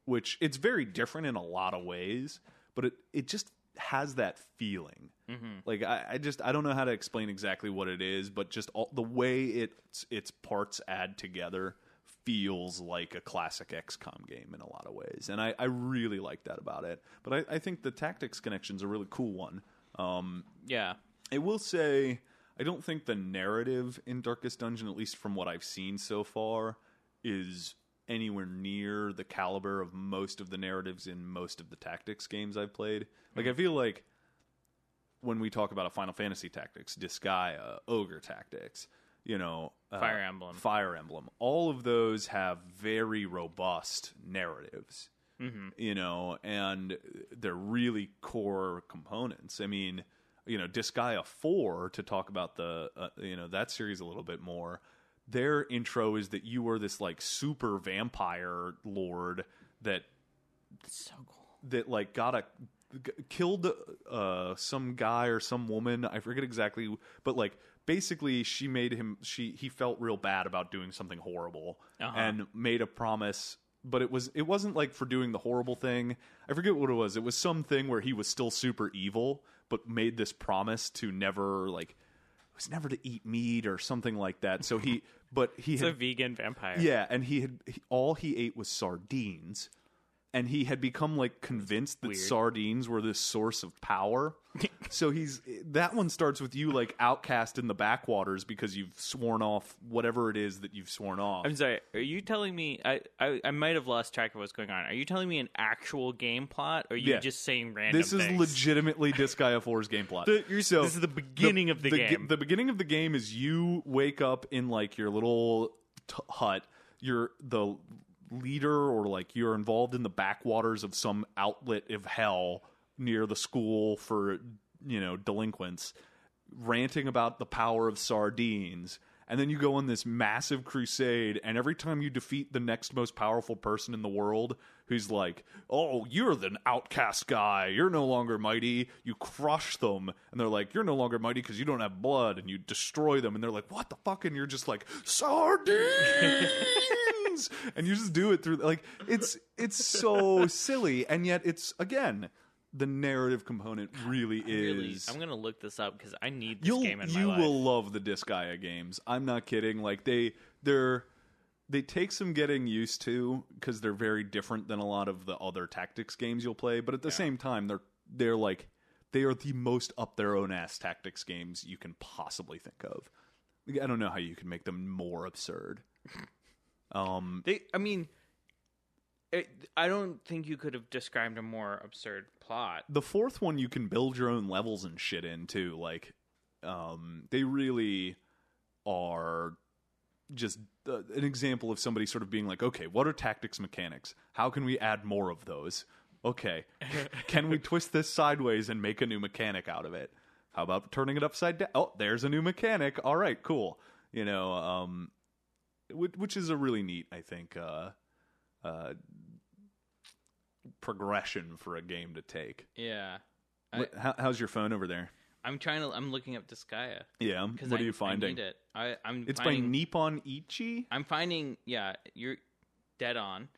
A: which it's very different in a lot of ways, but it it just has that feeling. Like I, I just I don't know how to explain exactly what it is, but just all, the way its its parts add together feels like a classic XCOM game in a lot of ways, and I, I really like that about it. But I, I think the tactics connection's a really cool one. Um,
B: Yeah.
A: I will say, I don't think the narrative in Darkest Dungeon, at least from what I've seen so far, is anywhere near the caliber of most of the narratives in most of the tactics games I've played. Like, I feel like when we talk about a Final Fantasy tactics, Disgaea, Ogre tactics, you know, uh,
B: Fire Emblem.
A: Fire Emblem, all of those have very robust narratives you know, and they're really core components. I mean, you know, Disgaea 4 to talk about the uh, you know, that series a little bit more. Their intro is that you are this like super vampire lord that
B: That's so cool.
A: that like got a g- killed uh some guy or some woman i forget exactly but like basically she made him she he felt real bad about doing something horrible
B: Uh-huh.
A: and made a promise but it was it wasn't like for doing the horrible thing i forget what it was it was something where he was still super evil but made this promise to never like it was never to eat meat or something like that so he but he
B: It's a
A: had,
B: vegan vampire.
A: yeah and he had he, all he ate was sardines and he had become like convinced that
B: Weird.
A: sardines were this source of power so he's that one starts with you like outcast in the backwaters because you've sworn off whatever it is that you've sworn off
B: I'm sorry. Are you telling me I, I I might have lost track of what's going on? Are you telling me an actual game plot, or are you
A: Yeah.
B: just saying random?
A: this is
B: things?
A: legitimately Disgaea 4's game plot.
B: The- you're- this is the beginning of the
A: ge-
B: game.
A: the beginning of the game is you wake up in like your little t- hut. You're the leader, or like you're involved in the backwaters of some outlet of hell near the school for you know delinquents, ranting about the power of sardines. And then you go on this massive crusade, and every time you defeat the next most powerful person in the world, who's like, "Oh, you're the outcast guy. You're no longer mighty." You crush them, and they're like, "You're no longer mighty because you don't have blood," and you destroy them, and they're like, "What the fuck?" And you're just like, "Sardines," and you just do it through like it's it's so silly, and yet it's again the narrative component really
B: Really,
A: is.
B: I'm gonna look this up because I need this
A: You'll,
B: game in
A: you
B: my life.
A: will love the Disgaea games. I'm not kidding. Like they they're they take some getting used to because they're very different than a lot of the other tactics games you'll play. But at the same time, they're they're like they are the most up their own ass tactics games you can possibly think of. Like, I don't know how you can make them more absurd. Um,
B: They, I mean, it, I don't think you could have described a more absurd plot.
A: the fourth one you can build your own levels and shit in too. Like, um, they really are just uh, an example of somebody sort of being like, okay, what are tactics mechanics? How can we add more of those? Okay, can we twist this sideways and make a new mechanic out of it? How about turning it upside down? Oh, there's a new mechanic. All right, cool. You know, um, which, which is a really neat, I think, uh, uh, progression for a game to take.
B: Yeah,
A: What- how, how's your phone over there?
B: I'm trying to. I'm looking up Disgaea.
A: Yeah.
B: Um, 'cause
A: What
B: I-
A: are you
B: I need
A: finding?
B: it. I, I'm.
A: It's by
B: finding,
A: Nippon Ichi.
B: I'm finding. Yeah, you're dead on.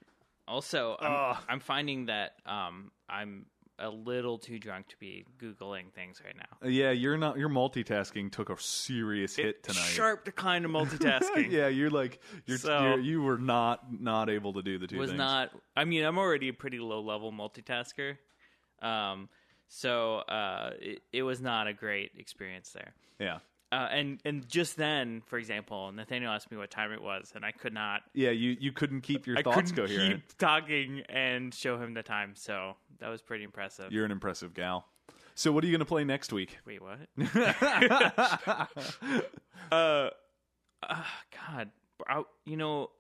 B: Also, I'm,
A: Ugh.
B: I'm finding that um, I'm a little too drunk to be googling things right now.
A: Uh, Yeah, you're not. Your multitasking took a serious hit tonight.
B: Sharp decline to multitasking.
A: yeah, you're like you're,
B: So-
A: you're you were not not able to do the two
B: was
A: things.
B: not. I mean, I'm already a pretty low level multitasker, um, so uh, it, it was not a great experience there.
A: yeah,
B: Uh, and and just then, for example, Nathaniel asked me what time it was, and I could not.
A: yeah. You you couldn't keep your
B: I
A: thoughts
B: couldn't
A: coherent.
B: keep talking and show him the time, so that was pretty impressive.
A: You're an impressive gal. So what are you going to play next week?
B: Wait, what?
A: yeah,
B: uh, uh god I, you know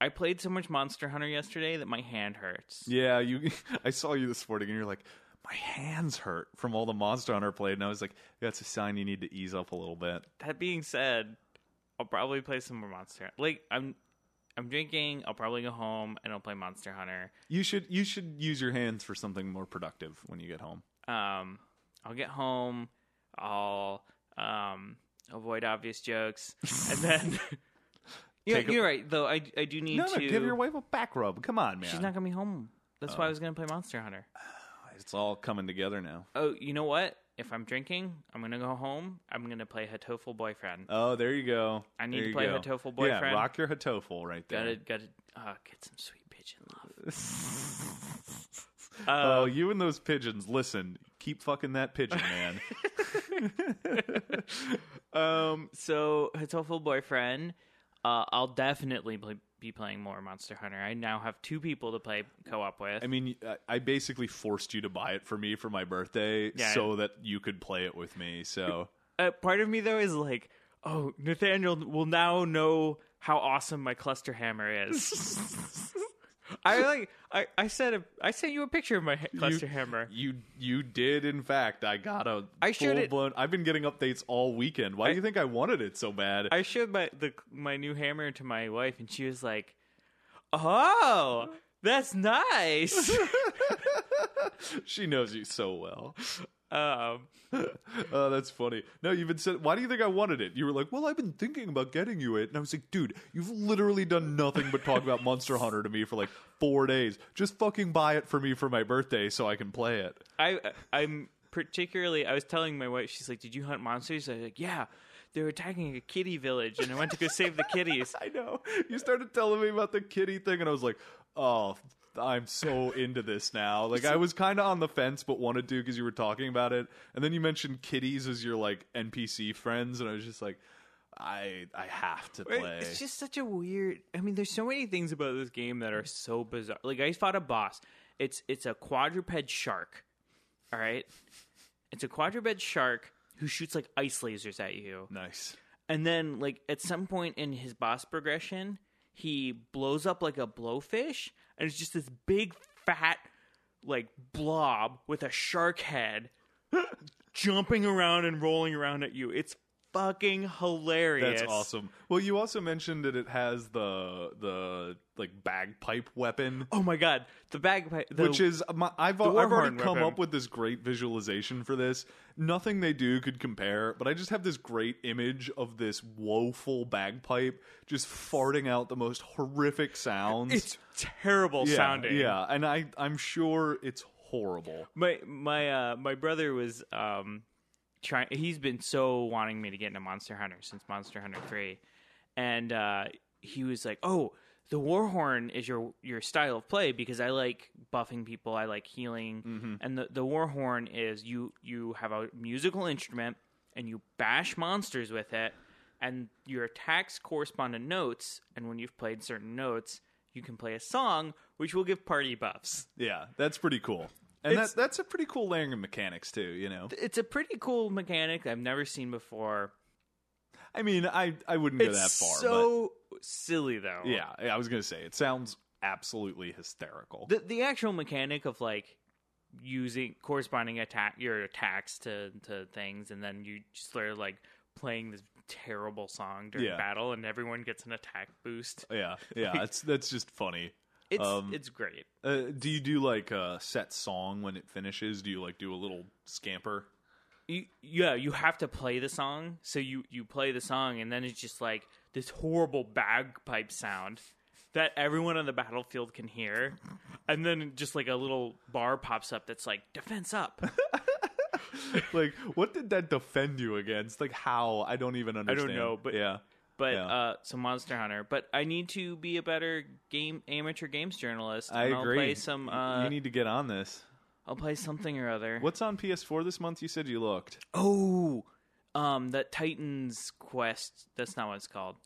B: i played so much monster hunter yesterday that my hand hurts
A: you. I saw you this morning, and you're like, my hands hurt from all the Monster Hunter played, and I was like, that's a sign you need to ease up a little bit.
B: that being said i'll probably play some more monster Hunter. like i'm i'm drinking i'll probably go home and i'll play monster hunter
A: You should you should use your hands for something more productive when you get home.
B: um i'll get home i'll um avoid obvious jokes and then yeah,
A: Take a-
B: you're right though i, I do need
A: No,
B: to
A: no, give your wife a back rub. Come on, man.
B: she's not gonna be home that's why i was gonna play monster hunter
A: It's all coming together now.
B: Oh, you know what? If I'm drinking, I'm gonna go home. I'm gonna play Hatoful Boyfriend.
A: Oh, there you go.
B: I need
A: There
B: to
A: you
B: play
A: go.
B: Hatoful
A: Yeah,
B: Boyfriend.
A: rock your Hatoful right
B: gotta
A: there.
B: gotta uh, get some sweet pigeon love. Uh,
A: oh, you and those pigeons. Listen, keep fucking that pigeon, man.
B: Um, so Hatoful Boyfriend. Uh, I'll definitely pl- be playing more Monster Hunter. I now have two people to play co-op with.
A: I mean, I- I basically forced you to buy it for me for my birthday
B: Yeah.
A: so that you could play it with me. So
B: uh, part of me though is like, oh, Nathaniel will now know how awesome my cluster hammer is. I like. I, I sent a. I sent you a picture of my ha- cluster hammer.
A: you you did in fact. I got a
B: I showed it-
A: blown. I've been getting updates all weekend. Why do you think I wanted it so bad?
B: I showed my the my new hammer to my wife, and she was like, "Oh, that's nice."
A: she knows you so well.
B: Um,
A: Oh, that's funny. No, you've been said. Why do you think I wanted it? You were like, "Well, I've been thinking about getting you it," and I was like, "Dude, you've literally done nothing but talk about Monster Hunter to me for like four days. Just fucking buy it for me for my birthday so I can play it."
B: I I'm particularly I was telling my wife, she's like, Did you hunt monsters? I was like, Yeah. They were attacking a kitty village and I went to go save the kitties.
A: I know. You started telling me about the kitty thing, and I was like, "Oh, I'm so into this now." Like, I was kind of on the fence, but wanted to because you were talking about it, and then you mentioned kitties as your like NPC friends, and I was just like, "I I have to
B: Right?
A: play."
B: It's just such a weird I mean, there's so many things about this game that are so bizarre. Like I fought a boss. It's it's a quadruped shark. All right. It's a quadruped shark who shoots like ice lasers at you.
A: nice.
B: And then, like, at some point in his boss progression, he blows up like a blowfish, and it's just this big, fat, like, blob with a shark head jumping around and rolling around at you. It's fucking hilarious.
A: That's awesome. Well, you also mentioned that it has the the like bagpipe weapon,
B: Oh my god. The bagpipe. The,
A: which is my, I've I've
B: war
A: already
B: horn
A: come
B: weapon.
A: up with this great visualization for this. Nothing they do could compare, but I just have this great image of this woeful bagpipe just farting out the most horrific sounds.
B: It's terrible
A: yeah,
B: sounding.
A: Yeah, and I I'm sure it's horrible.
B: my my uh my brother was um trying he's been so wanting me to get into monster hunter since monster hunter 3 and uh he was like oh the warhorn is your your style of play because i like buffing people i like healing and the the warhorn is you you have a musical instrument and you bash monsters with it and your attacks correspond to notes and when you've played certain notes you can play a song which will give party buffs
A: Yeah, that's pretty cool. And
B: It's-
A: that, that's a pretty cool layering of mechanics too, you know.
B: it's a pretty cool mechanic I've never seen before.
A: I mean, I I wouldn't go
B: It's
A: that far. but-
B: so silly though.
A: Yeah, I was gonna say it sounds absolutely hysterical.
B: The the actual mechanic of like using corresponding attack your attacks to to things and then you just start like playing this terrible song during
A: Yeah.
B: battle and everyone gets an attack boost.
A: yeah, yeah, that's that's just funny.
B: It's
A: Um,
B: it's great.
A: Uh, do you do like a set song when it finishes? Do you like do a little scamper?
B: you, yeah, you have to play the song. So you you play the song, and then it's just like this horrible bagpipe sound that everyone on the battlefield can hear, and then just like a little bar pops up that's like defense up.
A: like, what did that defend you against? Like, how? I don't even understand.
B: know, but-
A: yeah,
B: But
A: Yeah.
B: uh, so Monster Hunter. But I need to be a better game amateur games journalist.
A: I
B: and
A: agree.
B: I'll play some. Uh,
A: you need to get on this.
B: I'll play something or other.
A: What's on PS4 this month? You said you looked.
B: Oh, um, that Titan's Quest. That's not what it's called.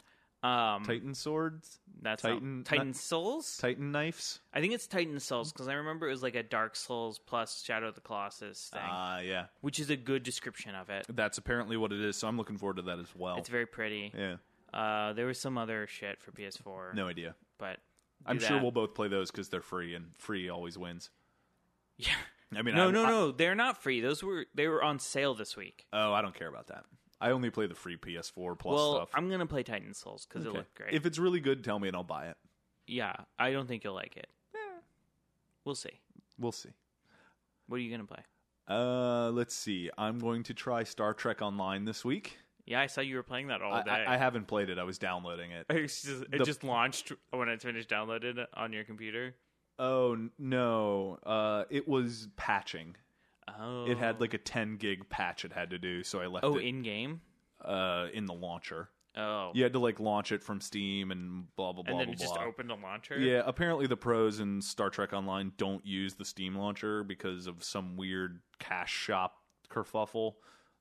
B: Um,
A: Titan swords,
B: that's
A: Titan-
B: Titan.
A: not-
B: Titan Souls.
A: Titan knives.
B: I think it's Titan
A: Mm.
B: Souls because I remember it was like a Dark Souls plus Shadow of the Colossus thing,
A: Ah, yeah,
B: which is a good description of it.
A: that's apparently what it is. So I'm looking forward to that as well.
B: It's very pretty.
A: Oh. yeah,
B: Uh, there was some other shit for PS4.
A: no idea.
B: but
A: I'm
B: do
A: sure
B: that.
A: we'll both play those because they're free, and free always wins.
B: Yeah.
A: I mean,
B: No,
A: I,
B: no,
A: I-
B: no. They're not free. Those were they were on sale this week.
A: Oh, I don't care about that. I only play the free PS4 Plus
B: well,
A: stuff.
B: I'm gonna play Titan Souls because
A: Okay.
B: it looked great.
A: If it's really good, tell me and I'll buy it.
B: yeah, I don't think you'll like it. We'll see.
A: We'll see.
B: What are you gonna play?
A: Uh, let's see. I'm going to try Star Trek Online this week.
B: Yeah, I saw you were playing that all
A: I,
B: day.
A: I, I haven't played it. I was downloading it.
B: It's just- it
A: The-
B: just launched when it's finished downloaded on your computer.
A: Oh n- no. Uh, it was patching.
B: Oh,
A: It had like a 10 gig patch it had to do, so I left
B: oh
A: it
B: in game.
A: uh in the launcher.
B: Oh,
A: You had to like launch it from Steam and blah blah blah
B: and then
A: blah
B: it just
A: blah.
B: opened a launcher.
A: Yeah, apparently the pros in Star Trek Online don't use the Steam launcher because of some weird cash shop kerfuffle.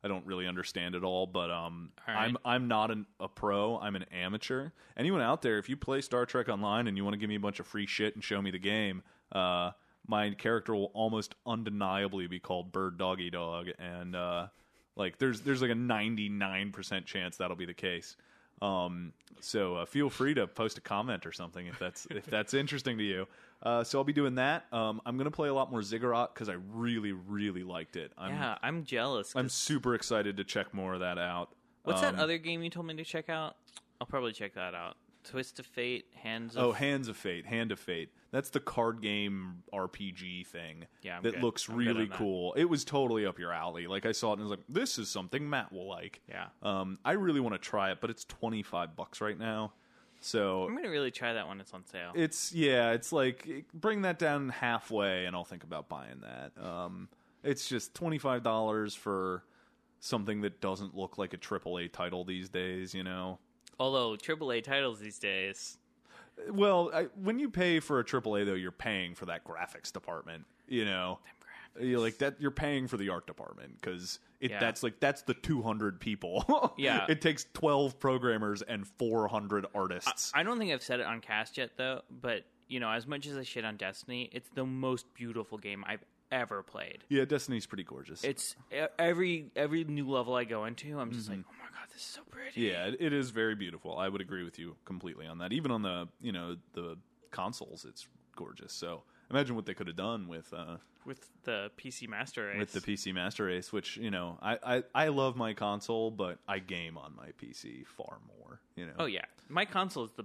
A: I don't really understand it all, but um,
B: All right.
A: I'm I'm not an, a pro. I'm an amateur. Anyone out there, if you play Star Trek Online and you want to give me a bunch of free shit and show me the game, uh, my character will almost undeniably be called Bird Doggy Dog, and uh, like there's there's like a 99 percent chance that'll be the case. Um, so uh, feel free to post a comment or something if that's if that's interesting to you. Uh, so I'll be doing that. Um, I'm gonna play a lot more Ziggurat because I really really liked it. I'm
B: yeah. I'm jealous. 'cause-
A: I'm super excited to check more of that out.
B: what's
A: Um,
B: that other game you told me to check out? I'll probably check that out. Twist of Fate, Hands of
A: Oh, Hands of Fate, Hand of Fate. That's the card game RPG thing
B: Yeah, I'm
A: that
B: good.
A: looks
B: I'm good
A: really
B: on that.
A: cool. It was totally up your alley. Like I saw it and I was like, this is something Matt will like.
B: Yeah.
A: Um, I really want to try it, but it's twenty five bucks right now. So
B: I'm gonna really try that when it's on sale.
A: it's yeah, it's like it- bring that down halfway, and I'll think about buying that. Um, it's just twenty five dollars for something that doesn't look like a AAA title these days. You know.
B: Although AAA titles these days,
A: Well, I, when you pay for a AAA though, you're paying for that graphics department. You know, you like that. You're paying for the art department because it
B: Yeah.
A: that's like that's the 200 people.
B: Yeah.
A: it takes 12 programmers and 400 artists.
B: I don't think I've said it on cast yet though. But you know, as much as I shit on Destiny, it's the most beautiful game I've ever played.
A: yeah, Destiny's pretty gorgeous.
B: It's e- every every new level I go into, I'm just like, oh my god, this is so pretty.
A: Mm-hmm. yeah, it, it is very beautiful. I would agree with you completely on that. Even on the you know the consoles, it's gorgeous. So imagine what they could have done with uh,
B: With the PC Master Race,
A: with the PC Master Race, which you know I, I I love my console, but I game on my PC far more. You know.
B: oh yeah, my console is the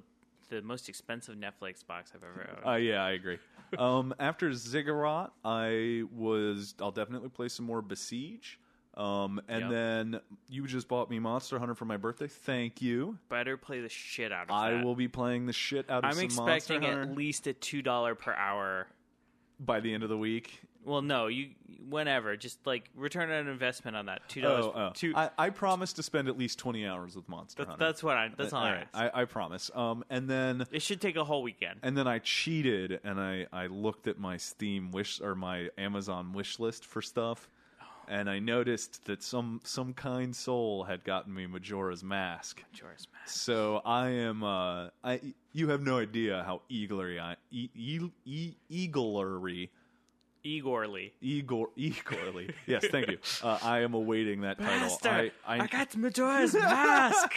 B: the most expensive Netflix box I've ever owned.
A: Uh, yeah, I agree. um, after Ziggurat, I was I'll definitely play some more Besiege. Um, and
B: Yep.
A: then you just bought me Monster Hunter for my birthday. Thank you.
B: Better play the shit out of
A: I
B: that.
A: will be playing the shit out of
B: I'm
A: some Monster
B: expecting
A: Hunter
B: at least a two dollar per hour
A: by the end of the week.
B: Well, no, you whenever just like return on investment on that two dollars.
A: Oh, oh.
B: two.
A: I, I promise to spend at least twenty hours with Monster
B: that's,
A: Hunter.
B: that's what I. That's all,
A: all
B: I
A: right.
B: ask.
A: I, I promise. Um, and then
B: It should take a whole weekend.
A: and then I cheated and I, I looked at my Steam wish or my Amazon wish list for stuff, and I noticed that some some kind soul had gotten me Majora's Mask.
B: Majora's Mask.
A: So I am uh I you have no idea how eagerly I e, e, e, eagerly
B: Igor Lee.
A: eager eagerly yes thank you uh, I am awaiting that title. I, I,
B: got Majora's Mask.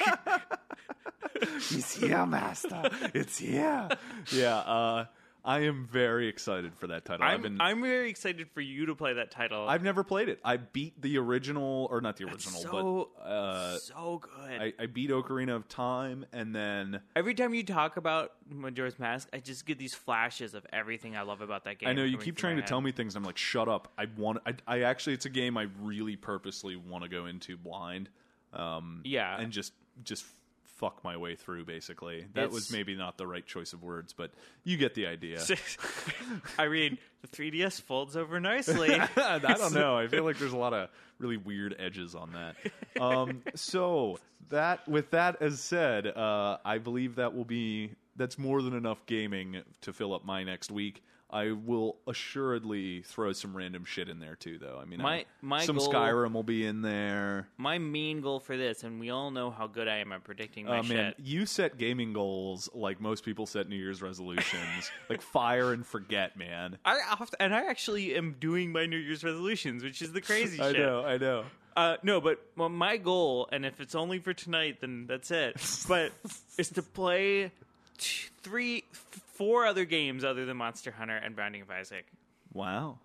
A: He's here, master. It's here. Yeah. Uh, I am very excited for that title.
B: I'm
A: have been
B: I'm very excited for you to play that title.
A: I've never played it. I beat the original, or not the original,
B: so
A: but uh,
B: so good.
A: I, I beat Ocarina of Time, and then
B: Every time you talk about Majora's Mask, I just get these flashes of everything I love about that game.
A: I know you
B: coming
A: keep
B: through my
A: trying to
B: head.
A: tell me things. I'm like, shut up. I want. I, I actually, it's a game I really purposely want to go into blind, um,
B: Yeah,
A: and just just fuck my way through. Basically, that was
B: It's-
A: maybe not the right choice of words, but you get the idea.
B: I read the 3DS folds over nicely.
A: I don't know. I feel like there's a lot of really weird edges on that. Um, so that, with that as said, uh, I believe that will be that's more than enough gaming to fill up my next week. I will assuredly throw some random shit in there too, though. I mean,
B: My-
A: I-
B: my
A: some
B: goal-
A: Skyrim will be in there.
B: my main goal for this, and we all know how good I am at predicting my
A: Oh man,
B: shit.
A: you set gaming goals like most people set New Year's resolutions, like fire and forget, man.
B: I oft- and I actually am doing my New Year's resolutions, which is the crazy
A: I
B: shit.
A: know, I know.
B: Uh, no, but well, my goal, and if it's only for tonight, then that's it. But is to play t- three, f- four other games other than Monster Hunter and Binding of Isaac.
A: Wow.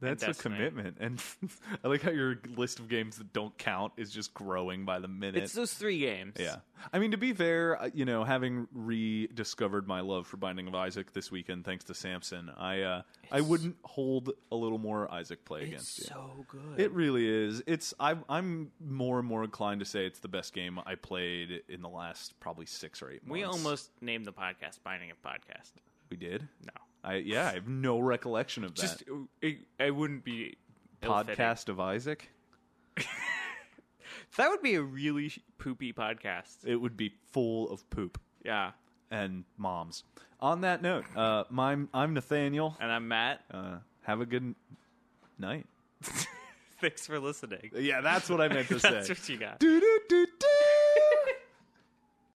A: That's a
B: Destiny.
A: commitment. And I like how your list of games that don't count is just growing by the minute.
B: It's those three games.
A: yeah. I mean, to be fair, uh, you know, having rediscovered my love for Binding of Isaac this weekend, thanks to Samson, I uh, I wouldn't hold a little more Isaac play
B: it's
A: against you.
B: so good.
A: It really is. It's I, I'm more and more inclined to say it's the best game I played in the last probably six or eight months.
B: we almost named the podcast Binding of Podcast.
A: we did.
B: No,
A: I yeah, I have no recollection of that
B: just it, I wouldn't be ill-fitting.
A: podcast of Isaac.
B: That would be a really sh- poopy podcast.
A: It would be full of poop.
B: Yeah.
A: and moms. On that note, uh, my, I'm Nathaniel.
B: And I'm Matt.
A: Uh, have a good n- night.
B: Thanks for listening.
A: Yeah, that's what I meant to say.
B: That's what you got.
A: Doo doo doo